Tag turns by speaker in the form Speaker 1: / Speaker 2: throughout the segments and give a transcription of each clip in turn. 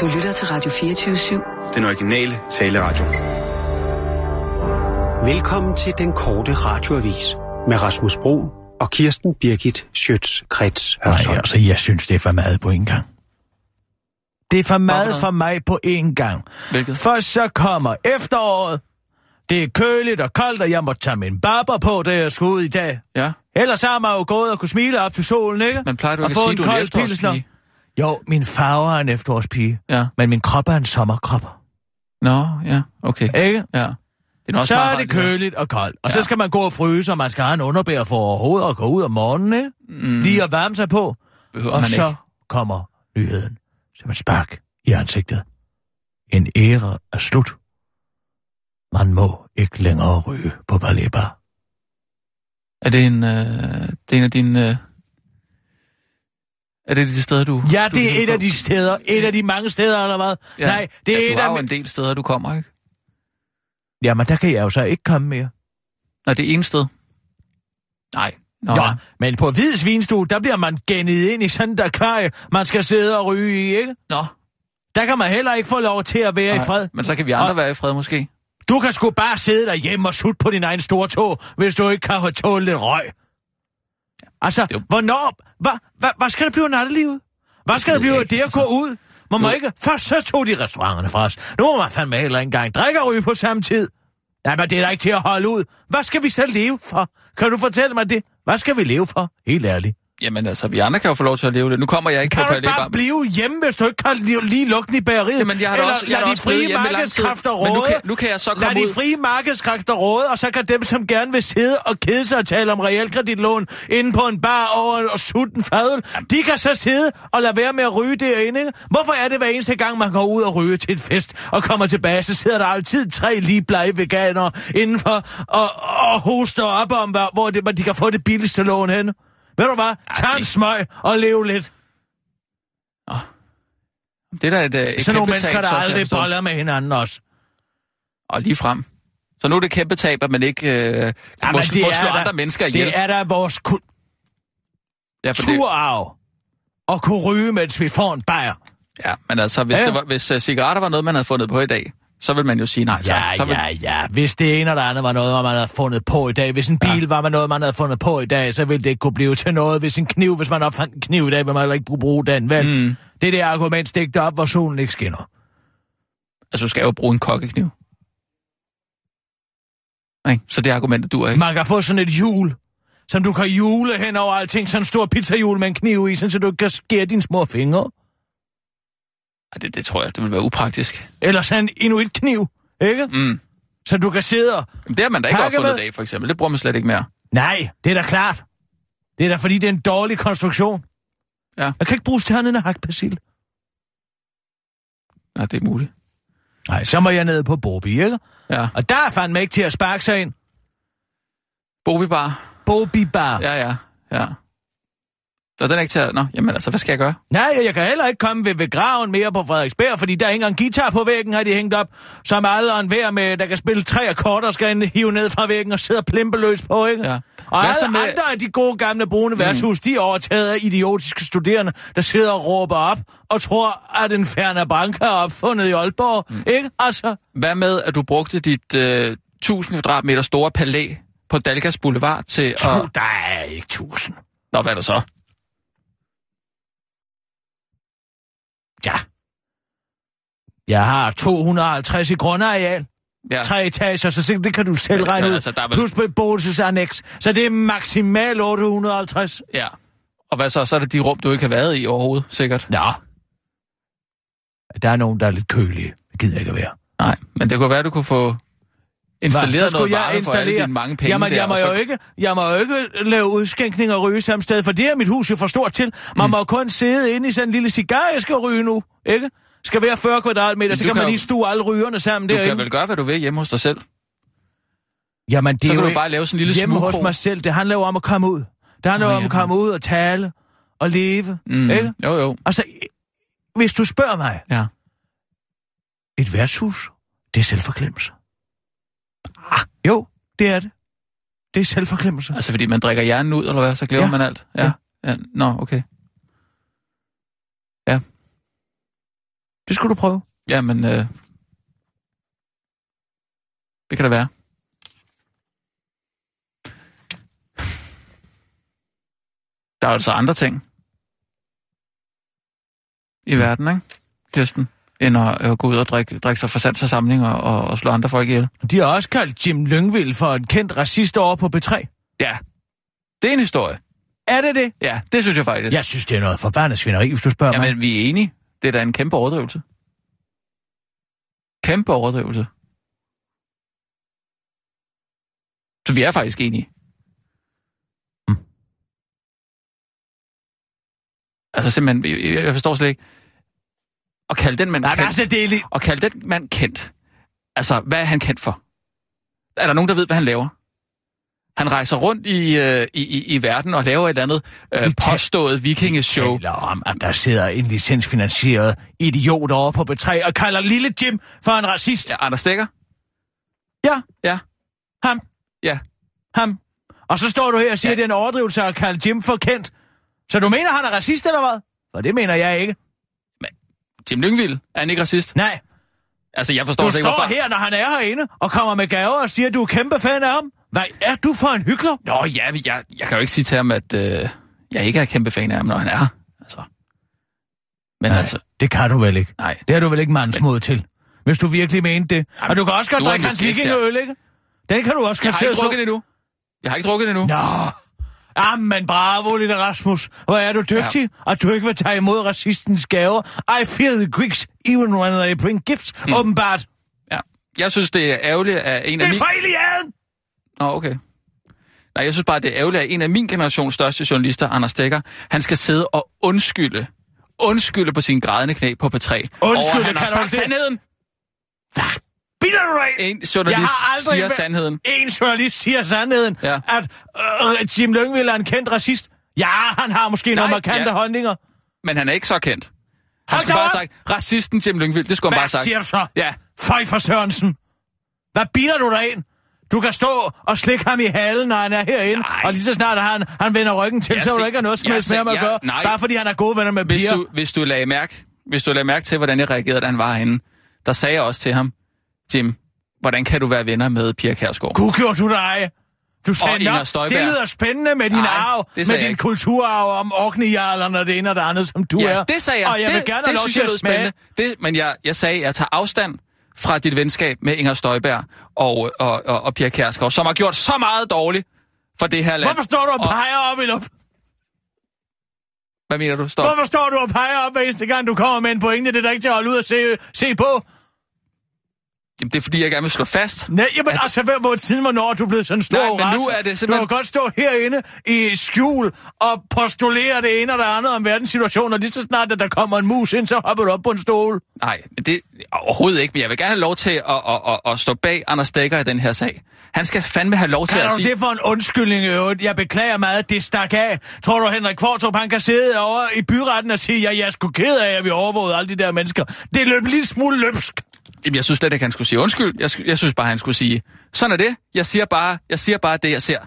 Speaker 1: Du lytter til Radio 24-7.
Speaker 2: Den originale taleradio.
Speaker 3: Velkommen til den korte radioavis med Rasmus Bro og Kirsten Birgit Schøtz-Krets
Speaker 4: Hørsholm. Nej, altså, jeg synes, det er for meget på en gang. Det er for meget for mig på én gang.
Speaker 5: Hvilket?
Speaker 4: Først så kommer efteråret. Det er køligt og koldt, og jeg må tage min barber på, da jeg skal ud i dag.
Speaker 5: Ja.
Speaker 4: Ellers har man jo gået og kunne smile op til solen, ikke?
Speaker 5: Men plejer du
Speaker 4: og
Speaker 5: ikke at sige,
Speaker 4: en
Speaker 5: du er en
Speaker 4: kold
Speaker 5: efterårspige?
Speaker 4: pilsner. Jo, min farve er en efterårspige,
Speaker 5: Ja.
Speaker 4: men min krop er en sommerkrop.
Speaker 5: Nå, ja, okay.
Speaker 4: Ikke?
Speaker 5: Ja. Det er også
Speaker 4: så
Speaker 5: meget
Speaker 4: er
Speaker 5: rart,
Speaker 4: det
Speaker 5: her.
Speaker 4: køligt og koldt. Og ja. så
Speaker 5: Ja.
Speaker 4: skal man gå og fryse, og man skal have en underbær for overhovedet og gå ud om morgenen, ikke? Mm. Lige at varme sig på.
Speaker 5: Behøver
Speaker 4: og
Speaker 5: man
Speaker 4: så
Speaker 5: ikke.
Speaker 4: kommer nyheden som et spark i ansigtet. En æra er slut. Man må ikke længere ryge på Baleba.
Speaker 5: Er det en, øh, det er en af dine... Øh, er det det sted, du...
Speaker 4: Ja,
Speaker 5: du
Speaker 4: det er et af de
Speaker 5: steder...
Speaker 4: steder. Et af de mange steder, eller hvad? Ja. Nej, det er
Speaker 5: ja,
Speaker 4: et
Speaker 5: du har
Speaker 4: af...
Speaker 5: jo
Speaker 4: mi-
Speaker 5: en del steder, du kommer, ikke?
Speaker 4: Jamen, der kan jeg jo så ikke komme mere.
Speaker 5: Nå, det er en sted. Nej. Nå,
Speaker 4: Nå,
Speaker 5: ja.
Speaker 4: men på Hvid Svinstue, der bliver man gennet ind i sådan et akvarie, man skal sidde og ryge i, ikke?
Speaker 5: Nå.
Speaker 4: Der kan man heller ikke få lov til at være Nej. i
Speaker 5: nej.
Speaker 4: fred.
Speaker 5: Men så kan vi andre
Speaker 4: Og-
Speaker 5: være i fred, måske.
Speaker 4: Du kan sgu bare sidde derhjemme og sutte på din egen store tog, hvis du ikke kan tåle lidt røg. Altså,
Speaker 5: jo-
Speaker 4: hvornår... Hvad hva, hva skal der blive af nattelivet? Hvad skal der
Speaker 5: ved jeg
Speaker 4: blive af
Speaker 5: ikke, Altså,
Speaker 4: det at gå ud? Man må ikke... Først så tog de restauranterne fra os. Nu må man fandme heller ikke engang drikke og ryge på samme tid. Nej, men det er da ikke til at holde ud. Hvad skal vi så leve for? Kan du fortælle mig det? Hvad skal vi leve for? Helt ærligt.
Speaker 5: Jamen altså, vi andre kan jo få lov til at leve det. Nu kommer jeg ikke
Speaker 4: Kan
Speaker 5: på
Speaker 4: du ikke
Speaker 5: Palais
Speaker 4: bare blive hjemme, hvis du ikke kan li- lige lukke den i bageriet?
Speaker 5: Jamen, jeg har da
Speaker 4: Eller
Speaker 5: også- jeg har
Speaker 4: lad
Speaker 5: da
Speaker 4: de
Speaker 5: også blevet
Speaker 4: frie
Speaker 5: hjemme lang tid.
Speaker 4: markedskræfter
Speaker 5: Men nu
Speaker 4: råde.
Speaker 5: kan- nu kan jeg så komme
Speaker 4: Lad de
Speaker 5: ud.
Speaker 4: frie markedskræfter råde, og så kan dem, som gerne vil sidde og kede sig og tale om realkreditlån inde på en bar over og sutte en fadøl, de kan så sidde og lade være med at ryge derinde. ikke? Hvorfor er det hver eneste gang, man går ud og ryger til et fest og kommer tilbage, så sidder der altid tre lige blege veganere indenfor og, og hoster op om, hvor- hvor det, hvor de kan få det billigste lån hen. Ved du hvad? Tag en
Speaker 5: det-
Speaker 4: smøg og lev lidt.
Speaker 5: Det er da et, øh, et
Speaker 4: Sådan nogle
Speaker 5: kæmpe
Speaker 4: mennesker,
Speaker 5: tab,
Speaker 4: der
Speaker 5: så, altså, kan jeg
Speaker 4: aldrig
Speaker 5: forstå.
Speaker 4: boller med hinanden også.
Speaker 5: Og lige frem. Så nu er det et kæmpe tab, at man ikke øh, ja, må,
Speaker 4: Jamen,
Speaker 5: må slå
Speaker 4: da-
Speaker 5: andre mennesker ihjel.
Speaker 4: Det er da vores
Speaker 5: ja, for det,
Speaker 4: kulturarv at kunne ryge, mens vi får en bajer.
Speaker 5: ja, men altså, hvis,
Speaker 4: Ja,
Speaker 5: ja.
Speaker 4: ja.
Speaker 5: Det var, hvis uh, cigaretter var noget, man havde fundet på i dag, så vil man jo sige nej. tak. så
Speaker 4: Ja,
Speaker 5: vil,
Speaker 4: ja, ja. Hvis det ene eller andet var noget, man havde fundet på i dag, hvis en bil ja. var noget, man havde fundet på i dag, så ville det ikke kunne blive til noget. Hvis en kniv, hvis man opfandt en kniv i dag, ville man heller ikke kunne bruge den, vel? Mm. Det er det argument stikket op, hvor solen ikke skinner.
Speaker 5: Altså, du skal jo bruge en kokkekniv. Nej, så det argument du ikke.
Speaker 4: Man kan få sådan et hjul, som du kan jule hen over alting, sådan en stor pizzahjul med en kniv i, sådan, så du ikke kan skære dine små fingre.
Speaker 5: Ej, det, det tror jeg, det vil være upraktisk.
Speaker 4: Eller sådan en inuitkniv, ikke?
Speaker 5: Mm.
Speaker 4: Så du kan sidde og
Speaker 5: Jamen, det har man da ikke
Speaker 4: Hakkebød.
Speaker 5: opfundet i dag, for eksempel. Det bruger man slet ikke mere.
Speaker 4: Nej, det er da klart. Det er da fordi, det er en dårlig konstruktion.
Speaker 5: Ja.
Speaker 4: Jeg kan ikke bruges til andet end at hakke persil.
Speaker 5: Nej, det er muligt.
Speaker 4: Nej, så må jeg ned på Bobi, ikke?
Speaker 5: Ja.
Speaker 4: Og der er fandme ikke til at sparke sig ind.
Speaker 5: Bobibar.
Speaker 4: Bobi bar. Ja.
Speaker 5: Ja, ja, ja. Så den er ikke til at... Nå, jamen altså, hvad skal jeg gøre?
Speaker 4: Nej, jeg kan heller ikke komme ved, ved graven mere på Frederiksberg, fordi der er ikke engang guitar på væggen, har de hængt op, som alle og enhver med, der kan spille tre akkorder, skal en hive ned fra væggen og sidde og plimpe løs på, ikke?
Speaker 5: Ja.
Speaker 4: Og
Speaker 5: Hvad så
Speaker 4: alle
Speaker 5: med- Mm.
Speaker 4: andre af de gode gamle brune værtshus, de er overtaget af idiotiske studerende, der sidder og råber op og tror, at en Fernabranca er opfundet i Aalborg, mm. ikke? Altså,
Speaker 5: Hvad med, at du brugte dit øh, 1000 kvadratmeter store palæ på Dalgas Boulevard til
Speaker 4: To,
Speaker 5: at...
Speaker 4: der er ikke tusind.
Speaker 5: Nå, hvad er der så?
Speaker 4: Ja. Jeg har 250 i grundareal,
Speaker 5: Ja.
Speaker 4: tre etager, så se- det kan du selv
Speaker 5: Ja,
Speaker 4: regne
Speaker 5: ja,
Speaker 4: ud.
Speaker 5: altså, der er vel-
Speaker 4: Plus beboelsesannex, så det er maksimalt 850.
Speaker 5: ja. Og hvad så? Så er det de rum, du ikke har været i overhovedet, sikkert.
Speaker 4: Nå. Der er nogen, der er lidt kølige. Det gider jeg ikke at være.
Speaker 5: Nej, men det kunne være, du kunne få installeret
Speaker 4: Hvad, så
Speaker 5: noget
Speaker 4: skulle
Speaker 5: varme for alle dine mange penge
Speaker 4: Jamen,
Speaker 5: der,
Speaker 4: jeg må,
Speaker 5: og så...
Speaker 4: jo ikke, jeg må jo ikke lave udskænkning og ryge samme sted, for det er mit hus jo for stort til. Man mm. må jo kun sidde inde i sådan en lille cigar, jeg skal ryge nu, ikke? Skal være 40 kvadratmeter,
Speaker 5: Men
Speaker 4: så
Speaker 5: du
Speaker 4: kan,
Speaker 5: kan
Speaker 4: man
Speaker 5: jo-
Speaker 4: lige stue alle rygerne sammen
Speaker 5: Du
Speaker 4: derinde.
Speaker 5: kan vel gøre, hvad du vil hjemme hos dig selv.
Speaker 4: Jamen, det
Speaker 5: Så
Speaker 4: er
Speaker 5: kan
Speaker 4: jo
Speaker 5: du
Speaker 4: ikke-
Speaker 5: bare lave sådan en lille
Speaker 4: Hjemme hos
Speaker 5: smugkro.
Speaker 4: mig selv, det handler jo om at komme ud. Det handler jo
Speaker 5: Nå,
Speaker 4: om at
Speaker 5: ja.
Speaker 4: komme ud og tale og leve, mm. ikke?
Speaker 5: Jo, jo.
Speaker 4: Altså, hvis du spørger mig,
Speaker 5: Ja.
Speaker 4: et værtshus, det er selvforglemmelse. Ah. Jo, det er det. Det er selvforglemmelse.
Speaker 5: Altså, fordi man drikker hjernen ud, eller hvad? Så glemmer
Speaker 4: Ja.
Speaker 5: ja. man alt. Ja. ja. Nå, okay. Ja.
Speaker 4: Det skulle du prøve.
Speaker 5: Ja, men... Øh, det kan da være. Der er altså andre ting i verden, ikke? Kirsten, end at, øh, gå ud og drikke, drikke sig for sandt og samling og, og, og slå andre folk ihjel.
Speaker 4: De har også kaldt Jim Lyngvild for en kendt racist over på B3.
Speaker 5: Ja, det er en historie.
Speaker 4: Er det det?
Speaker 5: Ja, det synes jeg faktisk.
Speaker 4: Jeg synes, det er noget forbandet svineri, hvis du spørger mig.
Speaker 5: Jamen, vi er enige. Det er da en kæmpe overdrivelse. Kæmpe overdrivelse. Så vi er faktisk enige.
Speaker 4: Mm.
Speaker 5: Altså simpelthen, jeg- jeg jeg forstår slet ikke. At kalde den mand
Speaker 4: Nej, men
Speaker 5: kendt,
Speaker 4: altså, det er lige...
Speaker 5: at kalde den mand kendt. Altså, hvad er han kendt for? Er der nogen, der ved, hvad han laver? Han rejser rundt i, øh, i, i, i verden og laver et eller andet
Speaker 4: Vi
Speaker 5: øh,
Speaker 4: tal-
Speaker 5: påstået vikingeshow.
Speaker 4: Eller om, at der sidder en licensfinansieret idiot over på B3 og kalder lille Jim for en racist.
Speaker 5: Ja, Anders Stikker?
Speaker 4: Ja,
Speaker 5: Ja,
Speaker 4: ham,
Speaker 5: ja.
Speaker 4: ham. Og så står du her og siger,
Speaker 5: Ja.
Speaker 4: at det er en overdrivelse at kalde Jim for kendt. Så du mener, han er racist, eller hvad? For det mener jeg ikke.
Speaker 5: Jim Lyngvild, er han ikke racist?
Speaker 4: Nej,
Speaker 5: Altså, jeg forstår
Speaker 4: du
Speaker 5: slet ikke,
Speaker 4: står
Speaker 5: hvorfor...
Speaker 4: her, når han er herinde, og kommer med gaver og siger, at du er kæmpe fan af ham. Hvad er du for en hyggelig?
Speaker 5: Nå ja, men jeg, jeg kan jo ikke sige til ham, at øh, jeg ikke er kæmpe fan af ham, når han er her. Altså. Men
Speaker 4: Nej.
Speaker 5: altså,
Speaker 4: Det kan du vel ikke.
Speaker 5: nej.
Speaker 4: Det har du vel ikke mandsmod til, hvis du virkelig mente det.
Speaker 5: Jamen,
Speaker 4: og du kan også godt
Speaker 5: nu er
Speaker 4: drikke
Speaker 5: han
Speaker 4: hans
Speaker 5: jo gæst her.
Speaker 4: vikingeøl, ikke? Den kan du også
Speaker 5: Jeg har
Speaker 4: kassere
Speaker 5: ikke
Speaker 4: slå.
Speaker 5: drukket det endnu. Jeg har ikke drukket det endnu.
Speaker 4: Nå, Amen, bravo, lille Rasmus. Hvor er du dygtig, ja. at du ikke vil tage imod racistens gaver. I fear the Greeks, even when they bring gifts, mm. åbenbart.
Speaker 5: Ja. Jeg synes, det er ærgerligt, at en
Speaker 4: Det
Speaker 5: af
Speaker 4: er
Speaker 5: min...
Speaker 4: fra Iliaden!
Speaker 5: Nå, okay. Nej, jeg synes bare, det er ærgerligt, at en af min generations største journalister, Anders Dækker, han skal sidde og undskylde. Undskylde på sin grædende knæ på P3. Undskylde, over,
Speaker 4: kan
Speaker 5: han har
Speaker 4: du
Speaker 5: sagt
Speaker 4: ikke det?
Speaker 5: sandheden.
Speaker 4: Bilder du dig ind?
Speaker 5: En journalist
Speaker 4: Jeg har aldrig
Speaker 5: siger
Speaker 4: været-
Speaker 5: sandheden.
Speaker 4: En journalist siger sandheden,
Speaker 5: Ja.
Speaker 4: ja. at øh, Jim Lyngvild er en kendt racist. Ja, han har måske Nej, nogle markante
Speaker 5: ja.
Speaker 4: ja. holdninger.
Speaker 5: Men han er ikke så kendt. Han
Speaker 4: Hold
Speaker 5: skulle
Speaker 4: da
Speaker 5: bare have
Speaker 4: op!
Speaker 5: sagt, racisten Jim Lyngvild, det skulle han
Speaker 4: Hvad
Speaker 5: bare have sagt.
Speaker 4: siger du så?
Speaker 5: Ja,
Speaker 4: Føj for Sørensen. Hvad biler du dig ind? Du kan stå og slikke ham i halen, når han er herinde,
Speaker 5: Nej.
Speaker 4: nej. og lige så snart han, han vender ryggen til,
Speaker 5: Jeg
Speaker 4: så er
Speaker 5: se-
Speaker 4: der ikke noget som
Speaker 5: jeg
Speaker 4: helst
Speaker 5: se-
Speaker 4: mere med at
Speaker 5: jeg-
Speaker 4: gøre,
Speaker 5: nej.
Speaker 4: bare fordi han er gode venner med
Speaker 5: hvis
Speaker 4: piger.
Speaker 5: du, hvis du lagde mærke, hvis du lagde mærke til, hvordan jeg reagerede, da han var herinde, der sagde jeg også til ham, Jim, hvordan kan du være venner med Pia Kærsgaard?
Speaker 4: Gud, gjorde du dig. Du
Speaker 5: Og
Speaker 4: sagde,
Speaker 5: Inger
Speaker 4: "Nå,
Speaker 5: Støjberg."
Speaker 4: det lyder spændende med din
Speaker 5: Nej,
Speaker 4: arv,
Speaker 5: det sagde
Speaker 4: med
Speaker 5: jeg
Speaker 4: din
Speaker 5: ikke.
Speaker 4: kulturarv om orkneyjarlerne og det ene og det andet, som du
Speaker 5: ja,
Speaker 4: er.
Speaker 5: det sagde jeg.
Speaker 4: Og jeg
Speaker 5: det,
Speaker 4: vil gerne
Speaker 5: det
Speaker 4: have lov
Speaker 5: synes
Speaker 4: til
Speaker 5: jeg lød
Speaker 4: at smage.
Speaker 5: spændende. Det, men jeg, jeg sagde, at jeg tager afstand fra dit venskab med Inger Støjberg og, og, og, og Pia Kærsgaard, som har gjort så meget dårligt for det her land.
Speaker 4: Hvorfor står du og
Speaker 5: Og-
Speaker 4: peger op i luften?
Speaker 5: Hvad mener du? Stop.
Speaker 4: Hvorfor står du og peger op hver eneste gang, du kommer med en pointe? Det er da ikke til at holde ud og se, se på.
Speaker 5: Jamen, det er fordi, jeg gerne vil slå fast.
Speaker 4: Nej, jamen at... altså, hvad, hvor siden hvornår er du blevet sådan en stor
Speaker 5: Nej, men nu
Speaker 4: orator?
Speaker 5: er det simpelthen-
Speaker 4: Du kan godt stå herinde i skjul og postulere det ene og det andet om verdenssituationen, og lige så snart, at der kommer en mus ind, så hopper du op på en stol.
Speaker 5: Nej, men det overhovedet ikke, men jeg vil gerne have lov til at, at, at, at stå bag Anders Dækker i den her sag. Han skal fandme have lov til
Speaker 4: Kan
Speaker 5: at
Speaker 4: du
Speaker 5: sige...
Speaker 4: det for en undskyldning i øvrigt? Jeg beklager meget, det stak af. Tror du, Henrik Kvartrup, han kan sidde over i byretten og sige, ja, jeg er sgu ked af, at vi overvågede alle de der mennesker. Det løb lige smule løbsk.
Speaker 5: Jamen, jeg synes slet ikke, han skulle sige undskyld. Jeg, sk- jeg synes bare, han skulle sige, sådan er det. Jeg siger bare, jeg siger bare det, jeg ser.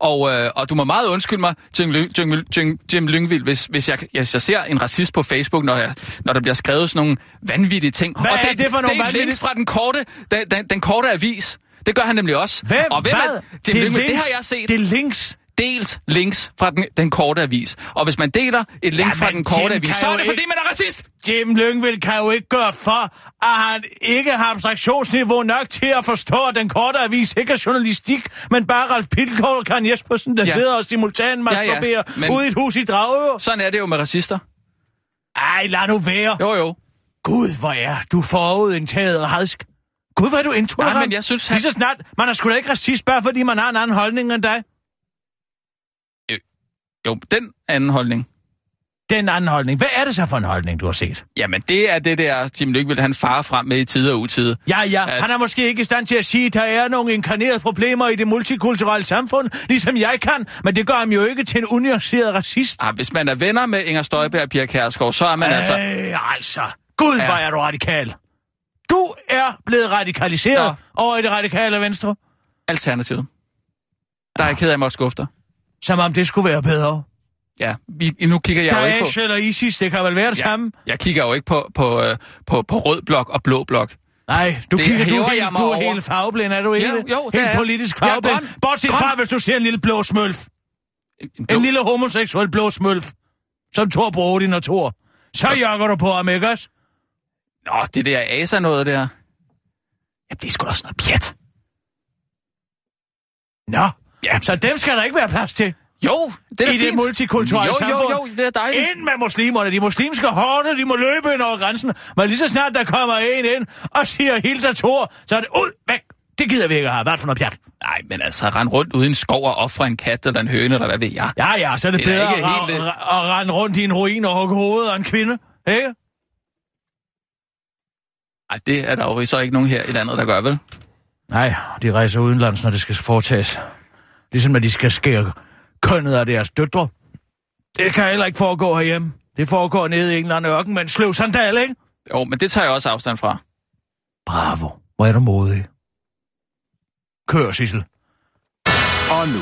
Speaker 5: Og, øh, og du må meget undskylde mig, Jim, Ly- Jim, Ly- Jim, Jim Lyngvild, hvis, hvis, jeg, hvis jeg ser en racist på Facebook, når, jeg, når der bliver skrevet sådan nogle vanvittige ting.
Speaker 4: Hvad
Speaker 5: og
Speaker 4: er det for nogle
Speaker 5: det er
Speaker 4: vanvittige-
Speaker 5: links fra den korte, den, den, den korte avis. Det gør han nemlig også.
Speaker 4: Hvem?
Speaker 5: og hvem
Speaker 4: Hvad?
Speaker 5: Er, Jim det, Lyngvild, det har jeg set.
Speaker 4: Det er links.
Speaker 5: Delt links fra den, den korte avis. Og hvis man deler et link
Speaker 4: Ja,
Speaker 5: fra
Speaker 4: men
Speaker 5: den korte
Speaker 4: Jim
Speaker 5: avis,
Speaker 4: kan
Speaker 5: så
Speaker 4: jo
Speaker 5: er det fordi,
Speaker 4: ikke-
Speaker 5: man er racist.
Speaker 4: Jim Lyngvild kan jo ikke gøre for, at han ikke har abstraktionsniveau nok til at forstå, at den korte avis ikke er journalistik, men bare Ralf Pilgaard og Karen Jespersen, der
Speaker 5: Ja.
Speaker 4: ja. sidder og simultan masturberer ja, ja.
Speaker 5: men-
Speaker 4: Men... ude i et hus i Dragør.
Speaker 5: Sådan er det jo med racister.
Speaker 4: Ej, lad nu være. Jo.
Speaker 5: Jo, jo.
Speaker 4: Gud, hvor er du forudindtaget og hadsk. Gud, hvor er du intolerant.
Speaker 5: Nej, men jeg synes, han-
Speaker 4: Lige så snart, man er sgu da ikke racist, bare fordi man har en anden holdning end dig.
Speaker 5: Jo, den anden holdning.
Speaker 4: Den anden holdning. Hvad er det så for en holdning, du har set?
Speaker 5: Jamen, det er det der, Jim Lyngvild, han farer frem med i tide og utide.
Speaker 4: Ja, ja.
Speaker 5: At-
Speaker 4: Han er måske ikke i stand til at sige, at der er nogle inkarnerede problemer i det multikulturelle samfund, ligesom jeg kan, men det gør ham jo ikke til en unuanceret racist.
Speaker 5: Ah, hvis man er venner med Inger Støjberg og Pia Kærsgaard, så er man
Speaker 4: Ej,
Speaker 5: altså...
Speaker 4: altså. Gud,
Speaker 5: Ja.
Speaker 4: ja. hvor er du radikal. Du er blevet radikaliseret Nå.
Speaker 5: Nå.
Speaker 4: over i det radikale venstre,
Speaker 5: Alternativet. Der er jeg ked af, at jeg måtte skuffe dig.
Speaker 4: som om det skulle være bedre.
Speaker 5: Ja, vi, nu kigger jeg jo ikke på...
Speaker 4: Daesh eller ISIS, det kan vel være det
Speaker 5: Ja,
Speaker 4: samme?
Speaker 5: Jeg kigger jo ikke på, på, øh, på, på rød blok og blå blok.
Speaker 4: Nej, du,
Speaker 5: Det
Speaker 4: kigger, du,
Speaker 5: hæver
Speaker 4: er
Speaker 5: jeg
Speaker 4: helt,
Speaker 5: mig
Speaker 4: du er
Speaker 5: over.
Speaker 4: helt farveblind, er du ikke? det?
Speaker 5: jo, det
Speaker 4: helt
Speaker 5: er jeg.
Speaker 4: politisk
Speaker 5: Jeg er
Speaker 4: farveblind.
Speaker 5: grøn.
Speaker 4: Bortset
Speaker 5: Grøn.
Speaker 4: fra, hvis du ser en lille blå smølf.
Speaker 5: En
Speaker 4: En
Speaker 5: blå-
Speaker 4: lille homoseksuel blå smølf, som tror på Odin og Thor. Så jakker du på ham, ikke også?
Speaker 5: Nå, det der asa noget der. Ja, det er sgu da også noget pjat.
Speaker 4: Nå,
Speaker 5: Ja,
Speaker 4: så dem skal der ikke være plads til.
Speaker 5: jo, det er da
Speaker 4: I det
Speaker 5: fint.
Speaker 4: multikulturelle
Speaker 5: jo,
Speaker 4: samfund.
Speaker 5: Jo, jo, det er dejligt.
Speaker 4: Ind med muslimerne. De muslimske hårde, de må løbe ind over grænsen. Men lige så snart der kommer en ind og siger Hilda Thor, så er det ud, væk. Det gider vi ikke have. Hvad for noget pjat?
Speaker 5: Nej, men altså, rend rundt ude i en skov og ofre en kat eller en høne, eller hvad ved jeg.
Speaker 4: Ja, ja, så er det,
Speaker 5: Det er da
Speaker 4: bedre at,
Speaker 5: ikke
Speaker 4: ra-
Speaker 5: helt, øh,
Speaker 4: ra- at rende rundt i en ruin og hugge hovedet af en kvinde. Ikke?
Speaker 5: Ej, det er der jo så ikke nogen her i landet, der gør, vel?
Speaker 4: Nej, de rejser udenlands, når det skal foretages. Ligesom at de skal skære kønnet af deres døtre. Det kan heller ikke foregå herhjemme. Det foregår nede i en eller anden ørken med en sløv sandal, ikke?
Speaker 5: Jo, men det tager jeg også afstand fra.
Speaker 4: Bravo. Hvor er du modig. Kør, Sissel.
Speaker 2: Og nu,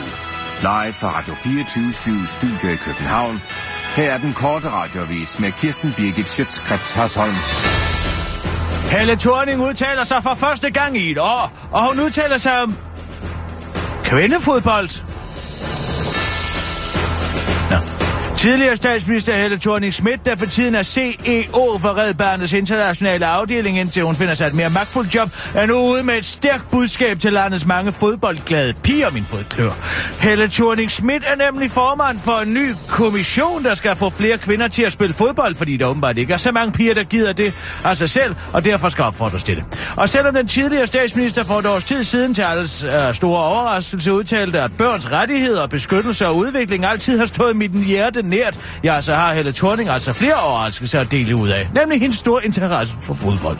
Speaker 2: live fra Radio 24 Studio i København. Her er den korte radiovis med Kirsten Birgit Schøtzgrads Hasholm.
Speaker 4: Helle Thorning udtaler sig for første gang i et år, og hun udtaler sig om kvindefodbold. Nå. Tidligere statsminister Helle thorning Schmidt, der for tiden er CEO for Red Barnets internationale afdeling, indtil hun finder sig et mere magtfuldt job, er nu ude med et stærkt budskab til landets mange fodboldglade piger, min fodklør. Helle thorning Schmidt er nemlig formand for en ny kommission, der skal få flere kvinder til at spille fodbold, fordi der åbenbart ikke er så mange piger, der gider det af sig selv, og derfor skal opfordres til det. Og selvom den tidligere statsminister for et års tid siden til alles øh, store overraskelse udtalte, at børns rettigheder, beskyttelse og udvikling altid har stået mit hjerte nært, ja, så har Helle Thorning altså flere overraskelser at dele ud af, nemlig hendes store interesse for fodbold.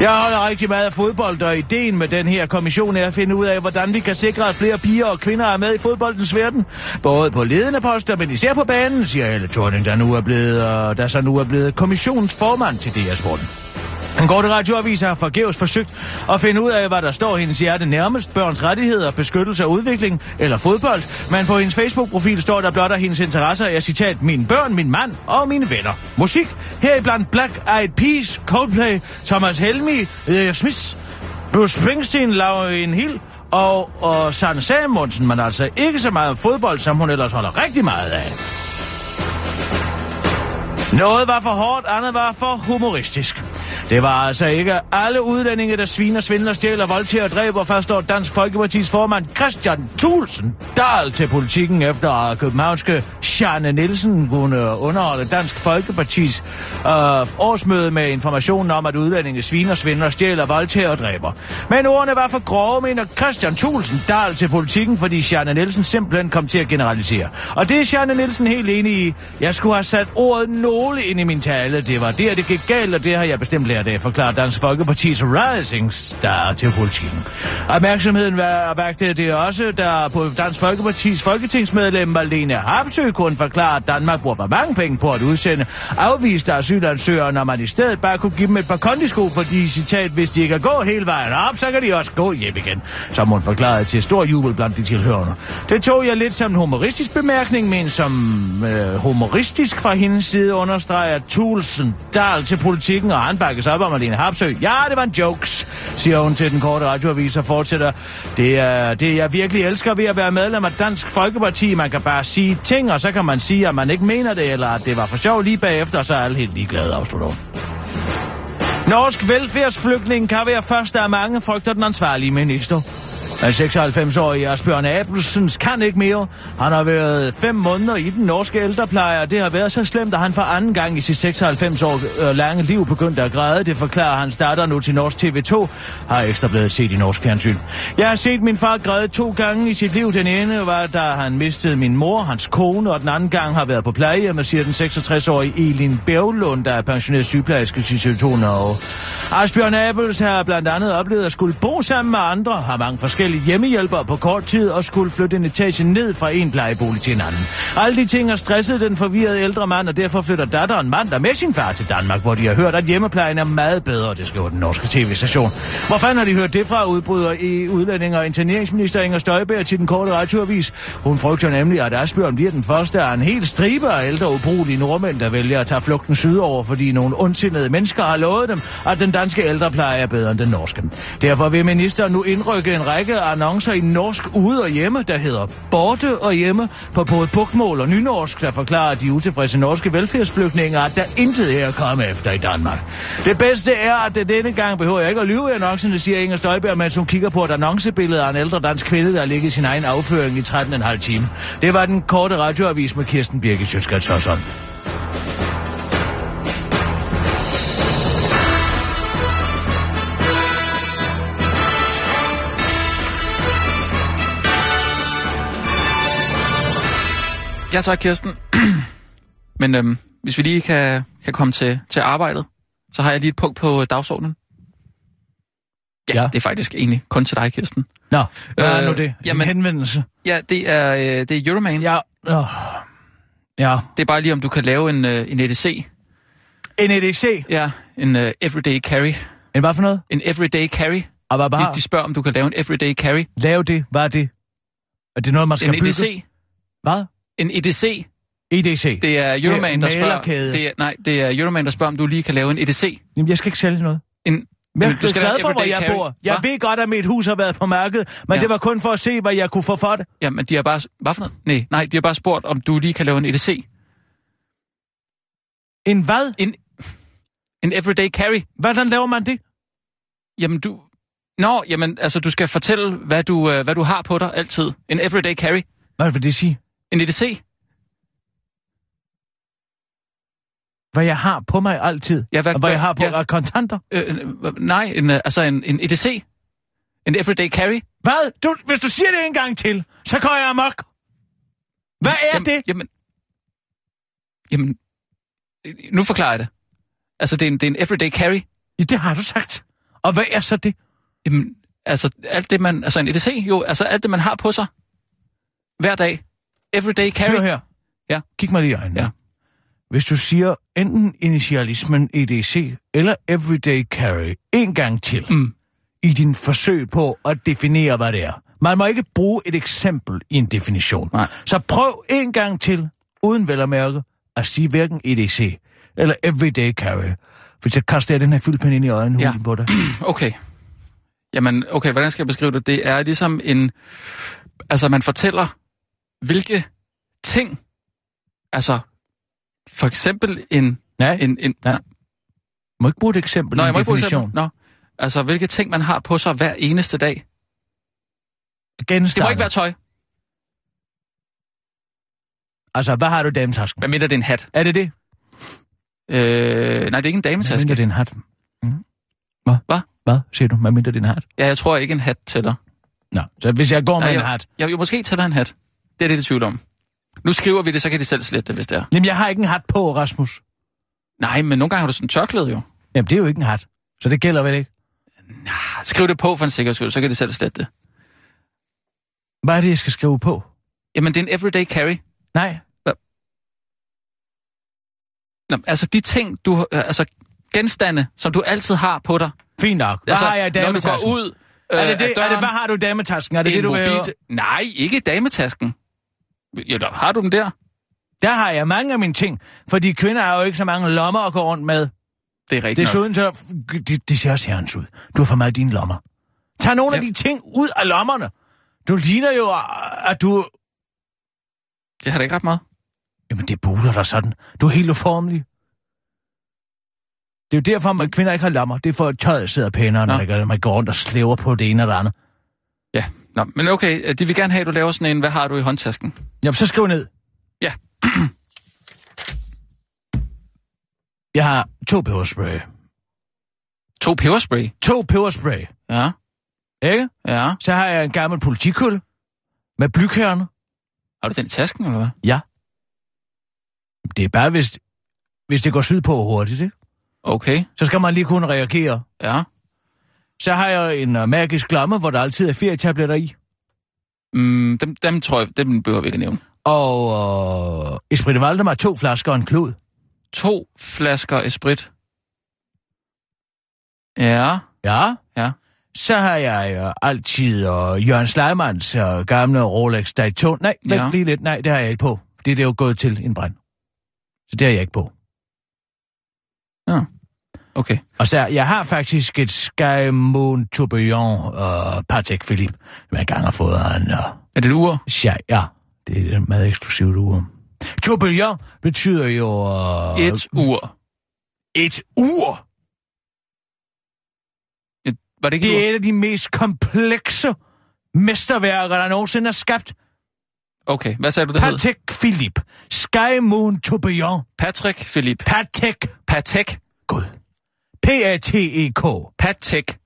Speaker 4: Jeg holder rigtig meget af fodbold, og ideen med den her kommission er at finde ud af, hvordan vi kan sikre, at flere piger og kvinder er med i fodboldens verden, både på ledende poster, men især på banen, siger Helle Thorning, der nu er blevet, øh, der så nu er blevet kommissionsformand til DR-sporten. Den korte radioavis har forgæves forsøgt at finde ud af, hvad der står hendes hjerte nærmest, børns rettigheder, beskyttelse og udvikling eller fodbold, men på hendes Facebook-profil står der blot, at hendes interesser er citat, mine børn, min mand og mine venner. Musik, heriblandt Black Eyed Peas, Coldplay, Thomas Helmi, øh, Smith, Bruce Springsteen, Lauren Hill og, og Sanne Samuelsen, men altså ikke så meget om fodbold, som hun ellers holder rigtig meget af. Noget var for hårdt, andet var for humoristisk. Det var altså ikke alle udlændinge, der sviner, svindler, stjæler, voldtager og dræber, fastslår Dansk Folkepartis formand Christian Thulsen Dahl til politikken efter at københavnske Sjane Nielsen kunne underholde Dansk Folkepartis øh, årsmøde med informationen om, at udlændinge sviner, svindler, stjæler, voldtager og dræber. Men ordene var for grove, mener Christian Thulsen Dahl til politikken, fordi Sjane Nielsen simpelthen kom til at generalisere. Og det er Sjane Nielsen helt enig i. Jeg skulle have sat ordet nogle ind i min tale. Det var der, det gik galt, og det har jeg bestemt lært af, forklarer Dansk Folkepartis Rising Star til politikken. Opmærksomheden var vagte det også, da på Dansk Folkepartis folketingsmedlem Malene Harpsø kunne forklare, at Danmark bruger for mange penge på at udsende afviste asylansøgere, når man i stedet bare kunne give dem et par kondisko, fordi, citat, hvis de ikke kan gå hele vejen op, så kan de også gå hjem igen, som hun forklarede til stor jubel blandt de tilhørende. Det tog jeg lidt som en humoristisk bemærkning, men som øh, humoristisk fra hendes side understreger Thulsen Dahl til politikken, og han bakkes op om Marlene Harpsø. Ja, det var en jokes, siger hun til den korte radioavis og fortsætter. Det er det, jeg virkelig elsker ved at være medlem af Dansk Folkeparti. Man kan bare sige ting, og så kan man sige, at man ikke mener det, eller at det var for sjov lige bagefter, og så er alle helt ligeglade, afslutter hun. Norsk velfærdsflygtning kan være første af mange, frygter den ansvarlige minister. Den 96-årige Asbjørn Abelsens kan ikke mere. Han har været fem måneder i den norske ældrepleje, og det har været så slemt, at han for anden gang i sit 96 år øh, lange liv begyndte at græde. Det forklarer hans datter nu til Norsk TV2, har ekstra blevet set i norsk fjernsyn. Jeg har set min far græde to gange i sit liv. Den ene var, da han mistede min mor, hans kone, og den anden gang har været på plejehjemmet, siger den 66-årige Elin Bævlund, der er pensioneret sygeplejerske til TV2 Norge. Asbjørn Abels har blandt andet oplevet at skulle bo sammen med andre, har mange forskellige hjemmehjælpere på kort tid og skulle flytte en etage ned fra en plejebolig til en anden. Alle de ting har stresset den forvirrede ældre mand, og derfor flytter datteren mandag med sin far til Danmark, hvor de har hørt, at hjemmeplejen er meget bedre, det skriver den norske tv-station. Hvor fanden har de hørt det fra, udbryder i udlænding og interneringsminister Inger Støjberg til den korte radioavis. Hun frygter nemlig, at Asbjørn bliver den første af en hel stribe af ældre ubrugelige nordmænd, der vælger at tage flugten sydover, fordi nogle ondsindede mennesker har lovet dem, at den danske ældrepleje er bedre end den norske. Derfor vil ministeren nu indrykke en række annoncer i norsk ude og hjemme, der hedder Borte og hjemme, på både bukmål og nynorsk, der forklarer de utilfredse norske velfærdsflygtninge, at der intet er at komme efter i Danmark. Det bedste er, at det denne gang behøver jeg ikke at lyve i annoncerne, siger Inger Støjberg, mens hun kigger på et annoncebillede af en ældre dansk kvinde, der ligger i sin egen afføring i 13,5 time. Det var den korte radioavis med Kirsten Birgit Sjøtskrets
Speaker 5: Ja tak, Kirsten. Men øhm, hvis vi lige kan, kan komme til, til arbejdet, så har jeg lige et punkt på dagsordenen. Ja,
Speaker 4: Ja.
Speaker 5: ja, det er faktisk egentlig kun til dig, Kirsten.
Speaker 4: Nå, hvad er nu
Speaker 5: Øh,
Speaker 4: det? Øh,
Speaker 5: jamen-
Speaker 4: jamen, henvendelse.
Speaker 5: Ja, det er, øh, det er Euroman. Ja.
Speaker 4: Ja, nå. Ja.
Speaker 5: Det er bare lige, om du kan lave en, øh, en EDC.
Speaker 4: En
Speaker 5: E
Speaker 4: EDC.
Speaker 5: Ja, en øh, everyday carry.
Speaker 4: En E hvad for noget? Ah,
Speaker 5: En everyday carry.
Speaker 4: Og hvad bare?
Speaker 5: De, de spørger, om du kan lave en everyday carry.
Speaker 4: Lave det. Hvad er det? Er det noget, man skal
Speaker 5: En
Speaker 4: bygge?
Speaker 5: EDC.
Speaker 4: Hvad? E
Speaker 5: En EDC.
Speaker 4: EDC. Det...
Speaker 5: Det er Euroman, der spørger...
Speaker 4: malerkæde.
Speaker 5: Det er, nej, det er Euroman, der spørger, om du lige kan lave en EDC.
Speaker 4: Jamen, jeg skal ikke sælge noget.
Speaker 5: En,
Speaker 4: Men
Speaker 5: Men
Speaker 4: jeg
Speaker 5: du
Speaker 4: er
Speaker 5: skal lave
Speaker 4: glad for, hvor
Speaker 5: everyday
Speaker 4: jeg
Speaker 5: carry.
Speaker 4: bor. Jeg
Speaker 5: Hva?
Speaker 4: ved godt, at mit hus har været på markedet, men
Speaker 5: Ja.
Speaker 4: ja. det var kun for at se, hvad jeg kunne få for det.
Speaker 5: jamen, de har bare... Hvad for noget? Nej, nej, de har bare spurgt, om du lige kan lave en E EDC.
Speaker 4: En hvad?
Speaker 5: En, en everyday carry.
Speaker 4: Hvordan laver man det?
Speaker 5: Jamen, du... Nå, jamen, altså, du skal fortælle, hvad du, øh, hvad du har på dig altid. En everyday carry.
Speaker 4: Hvad vil det sige?
Speaker 5: En E EDC.
Speaker 4: Hvad jeg har på mig altid.
Speaker 5: Ja, hvad-
Speaker 4: og hvad jeg har på
Speaker 5: ja.
Speaker 4: ja. kontanter.
Speaker 5: Øh, en- øh, nej, en, øh, altså en, en EDC. En everyday carry.
Speaker 4: Hvad? Du, hvis du siger det en gang til, så går jeg amok. Hvad er
Speaker 5: jamen,
Speaker 4: det?
Speaker 5: Jamen, jamen, øh, nu forklarer jeg det. Altså, det er en, det er en everyday carry.
Speaker 4: Ja, det har du sagt. Og hvad er så det?
Speaker 5: Jamen, altså, alt det, man... Altså, en EDC, jo. Altså, alt det, man har på sig. Hver dag. Everyday carry.
Speaker 4: Hør her.
Speaker 5: Ja.
Speaker 4: Kig mig lige i øjnene.
Speaker 5: Ja.
Speaker 4: Hvis du siger enten initialismen EDC eller everyday carry en gang til
Speaker 5: Mm.
Speaker 4: i din forsøg på at definere, hvad det er. Man må ikke bruge et eksempel i en definition.
Speaker 5: Nej.
Speaker 4: Så prøv en gang til, uden vel at mærke, at sige hverken EDC eller everyday carry. For så kaster jeg den her fyldpind ind i øjnene
Speaker 5: Ja.
Speaker 4: ja. på dig.
Speaker 5: Okay. Jamen, okay, hvordan skal jeg beskrive det? Det er ligesom en... Altså, man fortæller, hvilke ting... Altså, for eksempel en...
Speaker 4: Nej,
Speaker 5: en, en
Speaker 4: Nej. må ikke bruge et eksempel
Speaker 5: Nå,
Speaker 4: i
Speaker 5: jeg
Speaker 4: en
Speaker 5: må ikke bruge
Speaker 4: definition.
Speaker 5: eksempel. Nå. Altså, hvilke ting man har på sig hver eneste dag. Det
Speaker 4: Genstande.
Speaker 5: må ikke være tøj,
Speaker 4: Altså, hvad har du i dametasken?
Speaker 5: hvad mindre det er en hat.
Speaker 4: Er det det?
Speaker 5: Øh, nej, det er ikke
Speaker 4: Hvad
Speaker 5: en
Speaker 4: mindre
Speaker 5: dametaske.
Speaker 4: det er en hat? Mm. Hvad?
Speaker 5: Hvad?
Speaker 4: Hvad siger du? Hvad mindre det er en hat?
Speaker 5: Ja, jeg tror ikke, en hat tæller.
Speaker 4: Nå, så hvis jeg går med
Speaker 5: Nej,
Speaker 4: en
Speaker 5: jeg-
Speaker 4: hat...
Speaker 5: Jeg jo måske tæller en hat. Det er det, det er tvivl om. Nu skriver vi det, så kan de selv slette det, hvis det er.
Speaker 4: Jamen, jeg har ikke en hat på, Rasmus.
Speaker 5: Nej, men nogle gange har du sådan en tørklæde jo.
Speaker 4: Jamen, det er jo ikke en hat. Så det gælder vel ikke?
Speaker 5: Skriv det på for en sikkerheds skyld, så kan de selv slette det.
Speaker 4: Hvad er det, jeg skal skrive på?
Speaker 5: Jamen, det er en everyday carry.
Speaker 4: Nej.
Speaker 5: Nå, altså de ting, du, øh, altså genstande, som du altid har på dig.
Speaker 4: Fint nok. Hvad
Speaker 5: altså,
Speaker 4: har jeg i
Speaker 5: når du
Speaker 4: dametasken?
Speaker 5: går ud øh,
Speaker 4: er det det,
Speaker 5: af døren,
Speaker 4: er det, hvad har du i dametasken? Er det
Speaker 5: en
Speaker 4: det, du
Speaker 5: mobil-
Speaker 4: vil
Speaker 5: Nej, ikke dametasken. Ja, der, har du dem der?
Speaker 4: Der har jeg mange af mine ting, fordi kvinder har jo ikke så mange lommer at gå rundt med.
Speaker 5: Det er rigtigt nok.
Speaker 4: Desuden så... De, de ser også herrens ud. Du har for meget i dine lommer. Tag nogle af
Speaker 5: Ja.
Speaker 4: de ting ud af lommerne. Du ligner jo, at- at du...
Speaker 5: Det har da ikke ret meget.
Speaker 4: Jamen, det buler dig sådan. Du er helt uformelig. Det er jo derfor, at kvinder ikke har lommer. Det er for, at tøjet sidder pænere,
Speaker 5: Nå.
Speaker 4: når man går- man går rundt og slæver på det ene og det andet.
Speaker 5: Ja, Nå, men okay, øh, de vil gerne have, at du laver sådan en, hvad har du i håndtasken?
Speaker 4: Jamen, så skriv ned.
Speaker 5: Ja.
Speaker 4: Jeg har to peberspray.
Speaker 5: To peberspray.
Speaker 4: To peberspray,
Speaker 5: Ja,
Speaker 4: ikke?
Speaker 5: ja.
Speaker 4: Så har jeg en gammel politikul med blykærne.
Speaker 5: Har du den i tasken, eller hvad?
Speaker 4: Ja. Det er bare, hvis, hvis det går sydpå hurtigt, ikke?
Speaker 5: Okay,
Speaker 4: Så skal man lige kunne reagere.
Speaker 5: ja.
Speaker 4: Så har jeg en øh, magisk klamme, hvor der altid er ferietabletter i.
Speaker 5: Mm, dem, dem tror jeg, dem behøver vi ikke at nævne.
Speaker 4: Og øh, Esprit Valdemar, to flasker og en klud.
Speaker 5: To flasker esprit. Ja,
Speaker 4: Ja.
Speaker 5: Ja.
Speaker 4: Så har jeg øh, altid øh, Jørgen Sleimanns øh, gamle Rolex Daytona. Nej, vent
Speaker 5: Ja.
Speaker 4: ja. lige lidt. Nej, det har jeg ikke på. Det er det jo gået til en brand. Så det har jeg ikke på.
Speaker 5: okay.
Speaker 4: Og så, jeg har faktisk et Sky Moon Tourbillon øh, Patek Philippe, som jeg engang har fået af en... Øh,
Speaker 5: Er det et ur?
Speaker 4: Ja, ja. Det er et meget eksklusivt ur. Tourbillon betyder jo... Uh,
Speaker 5: Et ur.
Speaker 4: et ur!
Speaker 5: Var det ikke
Speaker 4: Det
Speaker 5: et
Speaker 4: er et af de mest komplekse mesterværker, der nogensinde er skabt.
Speaker 5: ur? Okay, hvad sagde du, det hed?
Speaker 4: Patek Philippe. Sky Moon Tourbillon.
Speaker 5: Patrick Philip.
Speaker 4: Patek.
Speaker 5: Patek.
Speaker 4: Gud. P-A-T-E-K.
Speaker 5: Patek.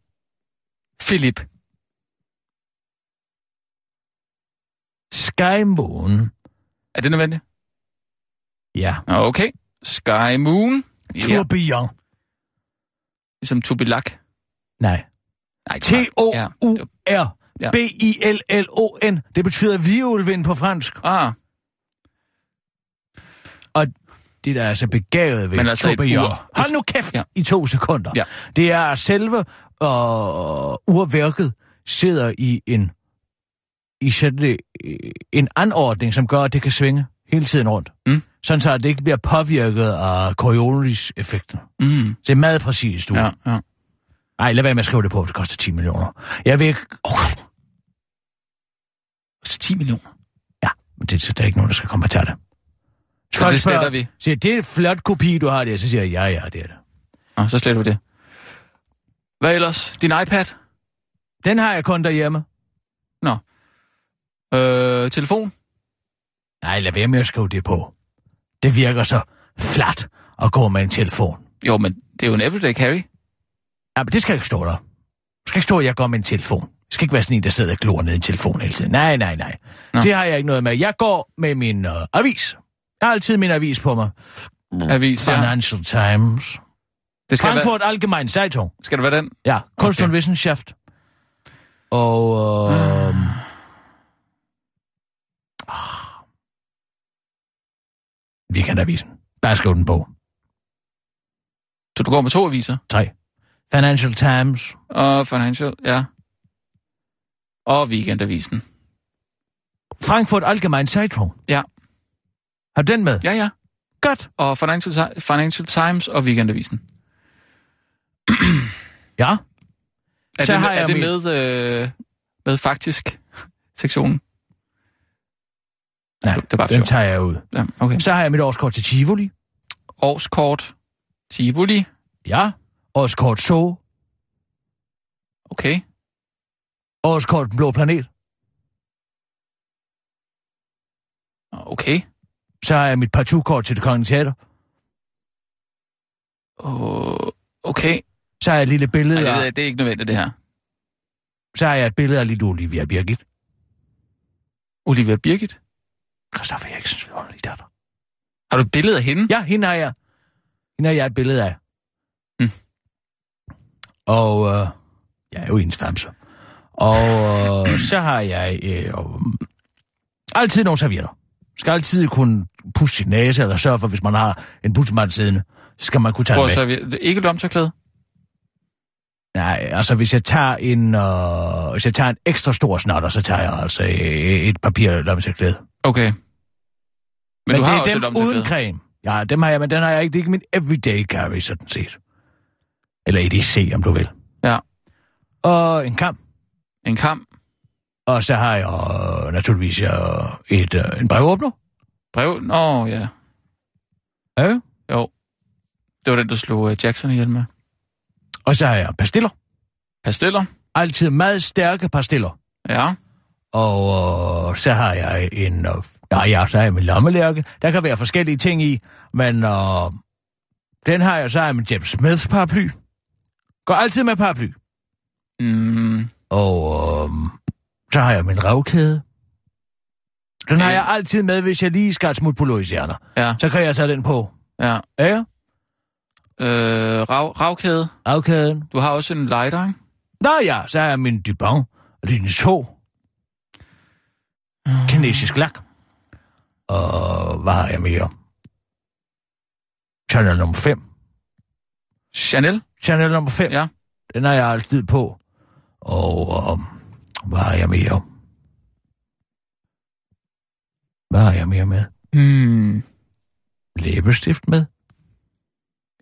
Speaker 5: Philip.
Speaker 4: Sky Moon.
Speaker 5: Er det nødvendigt?
Speaker 4: Ja.
Speaker 5: Okay. Sky Moon. Ja,
Speaker 4: Tourbillon.
Speaker 5: ligesom Tubilak.
Speaker 4: Nej.
Speaker 5: Nej, det var- ja, det var-
Speaker 4: T-O-U-R.
Speaker 5: Ja.
Speaker 4: B-I-L-L-O-N. Det betyder violvind på fransk.
Speaker 5: Ah,
Speaker 4: Det der er altså begavet ved
Speaker 5: Men altså et
Speaker 4: Tourbillon.
Speaker 5: ur.
Speaker 4: Hold nu kæft
Speaker 5: Ja.
Speaker 4: ja. i to sekunder.
Speaker 5: Ja.
Speaker 4: Det er at selve øh, urværket sidder i en i sådan et- en anordning, som gør, at det kan svinge hele tiden rundt.
Speaker 5: Mm.
Speaker 4: Sådan så at det ikke bliver påvirket af Coriolis-effekten.
Speaker 5: mm,
Speaker 4: Det er meget præcist, du.
Speaker 5: ja,
Speaker 4: Ja.
Speaker 5: ja.
Speaker 4: Ej, lad være med at skrive det på, det koster 10 millioner. Jeg vil ikke... Oh,
Speaker 5: Så 10 millioner.
Speaker 4: men det, der er ikke nogen, der skal komme og tage det.
Speaker 5: Så det sletter vi.
Speaker 4: Siger, det er en flot kopi, du har der. Så siger jeg, ja, ja, det er det.
Speaker 5: Ah, så sletter vi det. Hvad ellers? Din iPad?
Speaker 4: Den har jeg kun derhjemme.
Speaker 5: Øh, telefon?
Speaker 4: Nej, lad være med at skrive det på. Det virker så fladt at gå med en telefon.
Speaker 5: Jo, men det er jo en everyday carry.
Speaker 4: Ja, men det skal ikke stå der. Det skal ikke stå, at jeg går med en telefon. Det skal ikke være sådan en, der sidder og glor ned i en telefon hele tiden. Nej, nej, nej.
Speaker 5: Nå.
Speaker 4: Nå. Det har jeg ikke noget med. Jeg går med min øh, avis. Jeg har altid min avis på mig.
Speaker 5: Avis, ja.
Speaker 4: Financial Times.
Speaker 5: Det skal, være,
Speaker 4: Frankfurt Allgemeine Zeitung.
Speaker 5: skal det være den?
Speaker 4: Ja, kunst
Speaker 5: Okay.
Speaker 4: okay. og wissenschaft. Og... Øh, ah. Weekendavisen. Bare skriv den på.
Speaker 5: Så du går med to aviser?
Speaker 4: 3. Financial Times.
Speaker 5: Og Financial, ja. Og Weekendavisen.
Speaker 4: Frankfurt Allgemeine Zeitung.
Speaker 5: Ja.
Speaker 4: Har du den med?
Speaker 5: Ja, ja.
Speaker 4: Godt.
Speaker 5: Og Financial, Ti- Financial Times og Weekendavisen.
Speaker 4: Ja.
Speaker 5: Er
Speaker 4: Så
Speaker 5: det,
Speaker 4: har
Speaker 5: med- er
Speaker 4: jeg
Speaker 5: det
Speaker 4: mit-
Speaker 5: med, øh, med faktisk sektionen?
Speaker 4: Nej,
Speaker 5: det var
Speaker 4: den
Speaker 5: sjovt.
Speaker 4: tager jeg ud.
Speaker 5: Ja, okay.
Speaker 4: Så har jeg mit årskort til Tivoli.
Speaker 5: Årskort, Tivoli,
Speaker 4: Ja. Årskort Så.
Speaker 5: okay.
Speaker 4: Årskort Den Blå Planet.
Speaker 5: Okay.
Speaker 4: Så har jeg mit partout til det kongelige teater.
Speaker 5: Åh, Okay.
Speaker 4: Så har jeg et lille
Speaker 5: Ej,
Speaker 4: billede
Speaker 5: det, ved
Speaker 4: af,
Speaker 5: jeg, det er ikke nødvendigt, det her.
Speaker 4: så har jeg et billede af lille Olivia Birgit.
Speaker 5: Olivia Birgit.
Speaker 4: Christoffer Eriksens vidunderlige datter.
Speaker 5: Har du et billede af hende?
Speaker 4: Ja, hende har jeg. Hende har jeg et billede af.
Speaker 5: Mm.
Speaker 4: Og øh, jeg er jo hendes famse. Og øh, så har jeg øh, og, altid nogle servietter. Skal altid kunne pusse sin næse, eller sørge for, hvis man har en bussemand siddende, så skal man kunne tage
Speaker 5: Prøv
Speaker 4: den
Speaker 5: at
Speaker 4: med.
Speaker 5: så, vi- ikke et lomtørklæde.
Speaker 4: Nej, altså hvis jeg tager en, øh, hvis jeg tager en ekstra stor snotter, så tager jeg altså øh, et papir lommetørklæde.
Speaker 5: Okay. Men,
Speaker 4: Men
Speaker 5: du
Speaker 4: det
Speaker 5: har
Speaker 4: er
Speaker 5: også et
Speaker 4: dem uden
Speaker 5: lomtørklæde.
Speaker 4: creme. Ja, dem har jeg, men den har jeg ikke. Det er ikke min everyday carry, sådan set. Eller EDC, om du vil.
Speaker 5: Ja.
Speaker 4: Og en kamp.
Speaker 5: En kam.
Speaker 4: Og så har jeg øh, naturligvis øh, et, øh, en brevåbner.
Speaker 5: Brev. Nå, ja.
Speaker 4: Ja.
Speaker 5: Jo. Det var den, du slog øh, Jackson ihjel med.
Speaker 4: Og så har jeg pastiller.
Speaker 5: Pastiller.
Speaker 4: Altid meget stærke pastiller.
Speaker 5: Ja.
Speaker 4: Og øh, så har jeg en... Øh, nej, ja, så har jeg min lommelærke. Der kan være forskellige ting i, men øh, den har jeg. Så har jeg min James Smith paraply. Går altid med paraply.
Speaker 5: Mm,
Speaker 4: Og øhm, så har jeg min revkæde. Den har
Speaker 5: Øh.
Speaker 4: jeg altid med, hvis jeg lige skal et smut på Louisiana.
Speaker 5: ja,
Speaker 4: Så kan jeg tage den på.
Speaker 5: ja.
Speaker 4: Ja,
Speaker 5: Øh, rav, ravkæde.
Speaker 4: Afkæden.
Speaker 5: Du har også en lighter, ikke?
Speaker 4: Nå ja, så er min Dubon linje 2.
Speaker 5: Øh.
Speaker 4: Kinesisk lak. Og hvad har jeg mere? Chanel nummer 5.
Speaker 5: Chanel?
Speaker 4: Chanel nummer 5.
Speaker 5: Ja.
Speaker 4: Den har jeg altid på. Og øh, hvad har jeg mere? Hvad har jeg mere med?
Speaker 5: Hmm.
Speaker 4: Læbestift med.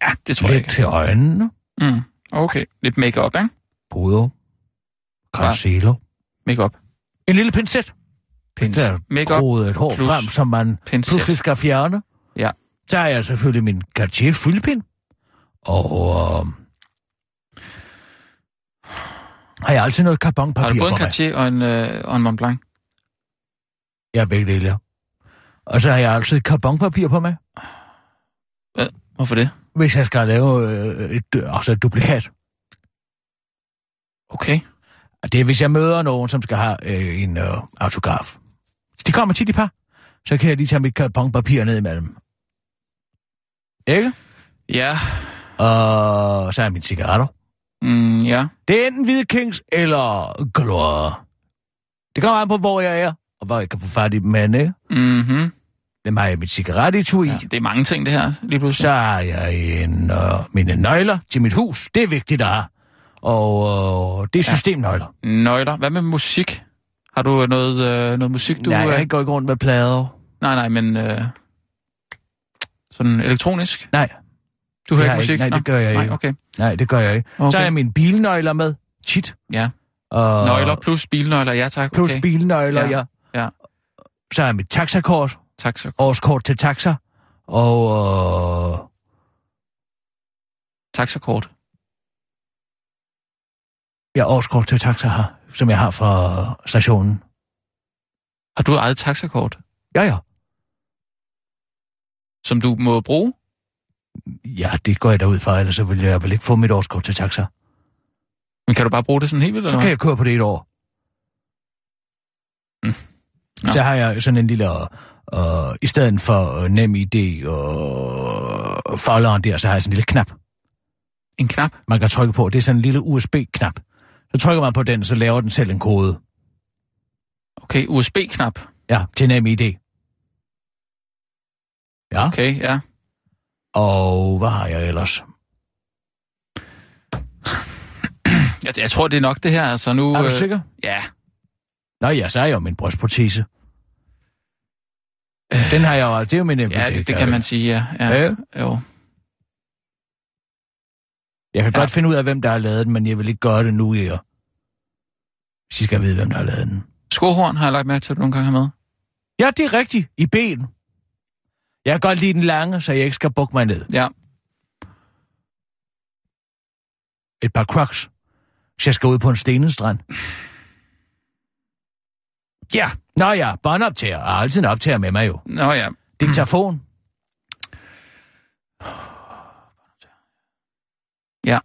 Speaker 5: Ja, det tror jeg
Speaker 4: Lidt
Speaker 5: ikke.
Speaker 4: til øjnene.
Speaker 5: Mm. Okay, lidt makeup, ikke?
Speaker 4: Puder. Concealer.
Speaker 5: Makeup.
Speaker 4: En lille pincet.
Speaker 5: Pins.
Speaker 4: Der
Speaker 5: Makeup.
Speaker 4: groede et hår
Speaker 5: plus
Speaker 4: frem, som man
Speaker 5: pincet.
Speaker 4: pludselig skal fjerne.
Speaker 5: Ja.
Speaker 4: Så har jeg selvfølgelig min Cartier fyldepind. Og øh, har jeg altid noget
Speaker 5: Har du
Speaker 4: carbonpapir
Speaker 5: både en
Speaker 4: på mig.
Speaker 5: Cartier og en, øh, og en Mont Blanc?
Speaker 4: Jeg er begge dele, ja. Og så har jeg altid carbonpapir på mig,
Speaker 5: Hvorfor det?
Speaker 4: hvis jeg skal lave øh, et, øh, altså et duplikat.
Speaker 5: Okay.
Speaker 4: Og det er, hvis jeg møder nogen, som skal have øh, en øh, autograf. De kommer tit i par. Så kan jeg lige tage mit carbonpapir ned imellem. Ikke?
Speaker 5: Ja.
Speaker 4: Og så er mine cigaretter.
Speaker 5: Mm, ja.
Speaker 4: Det er enten Hvide Kings eller Glor. Det kommer an på, hvor jeg er, og hvor jeg kan få fat i dem hen, ikke?
Speaker 5: Mm-hmm.
Speaker 4: Dem har jeg mit cigarettetui
Speaker 5: ja.
Speaker 4: ja.
Speaker 5: Det er mange ting, det her, lige pludselig.
Speaker 4: Så har jeg en, øh, mine nøgler til mit hus. Det er vigtigt at have. Og øh, det er systemnøgler.
Speaker 5: Nøgler. Hvad med musik? Har du øh, noget, øh, noget musik, du...
Speaker 4: Du, Nej,
Speaker 5: øh,
Speaker 4: jeg øh... går ikke rundt med plader.
Speaker 5: nej, nej, men... Øh, sådan elektronisk?
Speaker 4: Nej,
Speaker 5: Du hører
Speaker 4: har jeg
Speaker 5: ikke musik?
Speaker 4: ikke. Nej, det
Speaker 5: Nå,
Speaker 4: gør jeg
Speaker 5: nej,
Speaker 4: ikke.
Speaker 5: okay.
Speaker 4: nej, det gør jeg ikke. Okay. Så
Speaker 5: Okay.
Speaker 4: har jeg mine bilnøgler med. Tit.
Speaker 5: Ja.
Speaker 4: Og
Speaker 5: Nøgler plus bilnøgler, ja tak.
Speaker 4: Plus
Speaker 5: okay.
Speaker 4: bilnøgler, ja.
Speaker 5: Ja.
Speaker 4: ja.
Speaker 5: Ja.
Speaker 4: Så har jeg mit taxakort.
Speaker 5: Tak så.
Speaker 4: Årskort til taxa. Og øh,
Speaker 5: Taxakort.
Speaker 4: ja, årskort til taxa her, som jeg har fra stationen.
Speaker 5: Har du eget taxakort,
Speaker 4: Ja, ja.
Speaker 5: som du må bruge?
Speaker 4: Ja, det går jeg da ud fra, ellers så vil jeg vel ikke få mit årskort til taxa.
Speaker 5: Men kan du bare bruge det sådan helt
Speaker 4: Så
Speaker 5: vildt? eller
Speaker 4: kan jeg køre på det et år.
Speaker 5: Mm. Nå.
Speaker 4: Så har jeg sådan en lille... Øh, I stedet for øh, nem idé og øh, folderen der, så har jeg sådan en lille knap,
Speaker 5: hvad? En knap?
Speaker 4: man kan trykke på. Det er sådan en lille USB-knap. Så trykker man på den, så laver den selv en kode.
Speaker 5: Okay, USB-knap.
Speaker 4: Ja, til nem idé. Ja, okay.
Speaker 5: Okay, ja.
Speaker 4: og hvad har jeg ellers?
Speaker 5: Jeg, jeg tror, det er nok det her, altså nu...
Speaker 4: Er du sikker?
Speaker 5: Ja,
Speaker 4: Nå ja, så er jeg jo min brystprotese. Den har jeg jo, det er jo min
Speaker 5: Øh. ja det, det kan man sige, ja. ja.
Speaker 4: Ja.
Speaker 5: Jo.
Speaker 4: Jeg kan
Speaker 5: Ja.
Speaker 4: ja. godt finde ud af, hvem der har lavet den, men jeg vil ikke gøre det nu, jeg. Hvis I skal vide, hvem der har lavet den.
Speaker 5: Skohorn har jeg lagt mærke til, at du nogle gange har med.
Speaker 4: Ja, det er rigtigt. I ben. Jeg kan godt lide den lange, så jeg ikke skal bukke mig ned.
Speaker 5: Ja.
Speaker 4: Et par crocs. Hvis jeg skal ud på en stenet strand.
Speaker 5: Ja.
Speaker 4: Nå ja, båndoptager. Jeg har altid en optager med mig jo.
Speaker 5: Nå ja.
Speaker 4: Diktafon.
Speaker 5: Ja.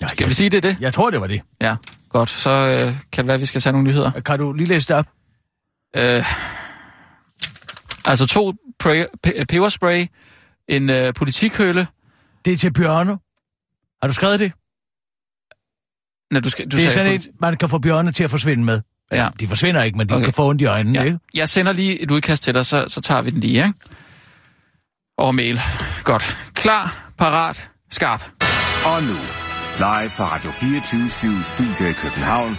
Speaker 4: Nå,
Speaker 5: Kan vi sige, det er det?
Speaker 4: jeg, jeg tror, det var det.
Speaker 5: Ja. Godt, så øh, kan det være, at vi skal tage nogle nyheder.
Speaker 4: Kan du lige læse det op?
Speaker 5: Øh, altså to pre- pe- peberspray, en øh, politikøle.
Speaker 4: Det er til bjørne. Har du skrevet det?
Speaker 5: Nej, du skal, du
Speaker 4: Du det er
Speaker 5: sagde
Speaker 4: sådan
Speaker 5: politi-
Speaker 4: et, man kan få bjørne til at forsvinde med.
Speaker 5: Ja.
Speaker 4: Ja. De forsvinder ikke, men de
Speaker 5: Okay.
Speaker 4: okay. kan få ondt i øjnene, ja.
Speaker 5: Ja.
Speaker 4: ikke?
Speaker 5: Jeg sender lige et udkast til dig, så, så tager vi den lige, ikke? Over mail. Godt. Klar, parat, skarp.
Speaker 2: Og nu, live fra Radio 24 Studio i København.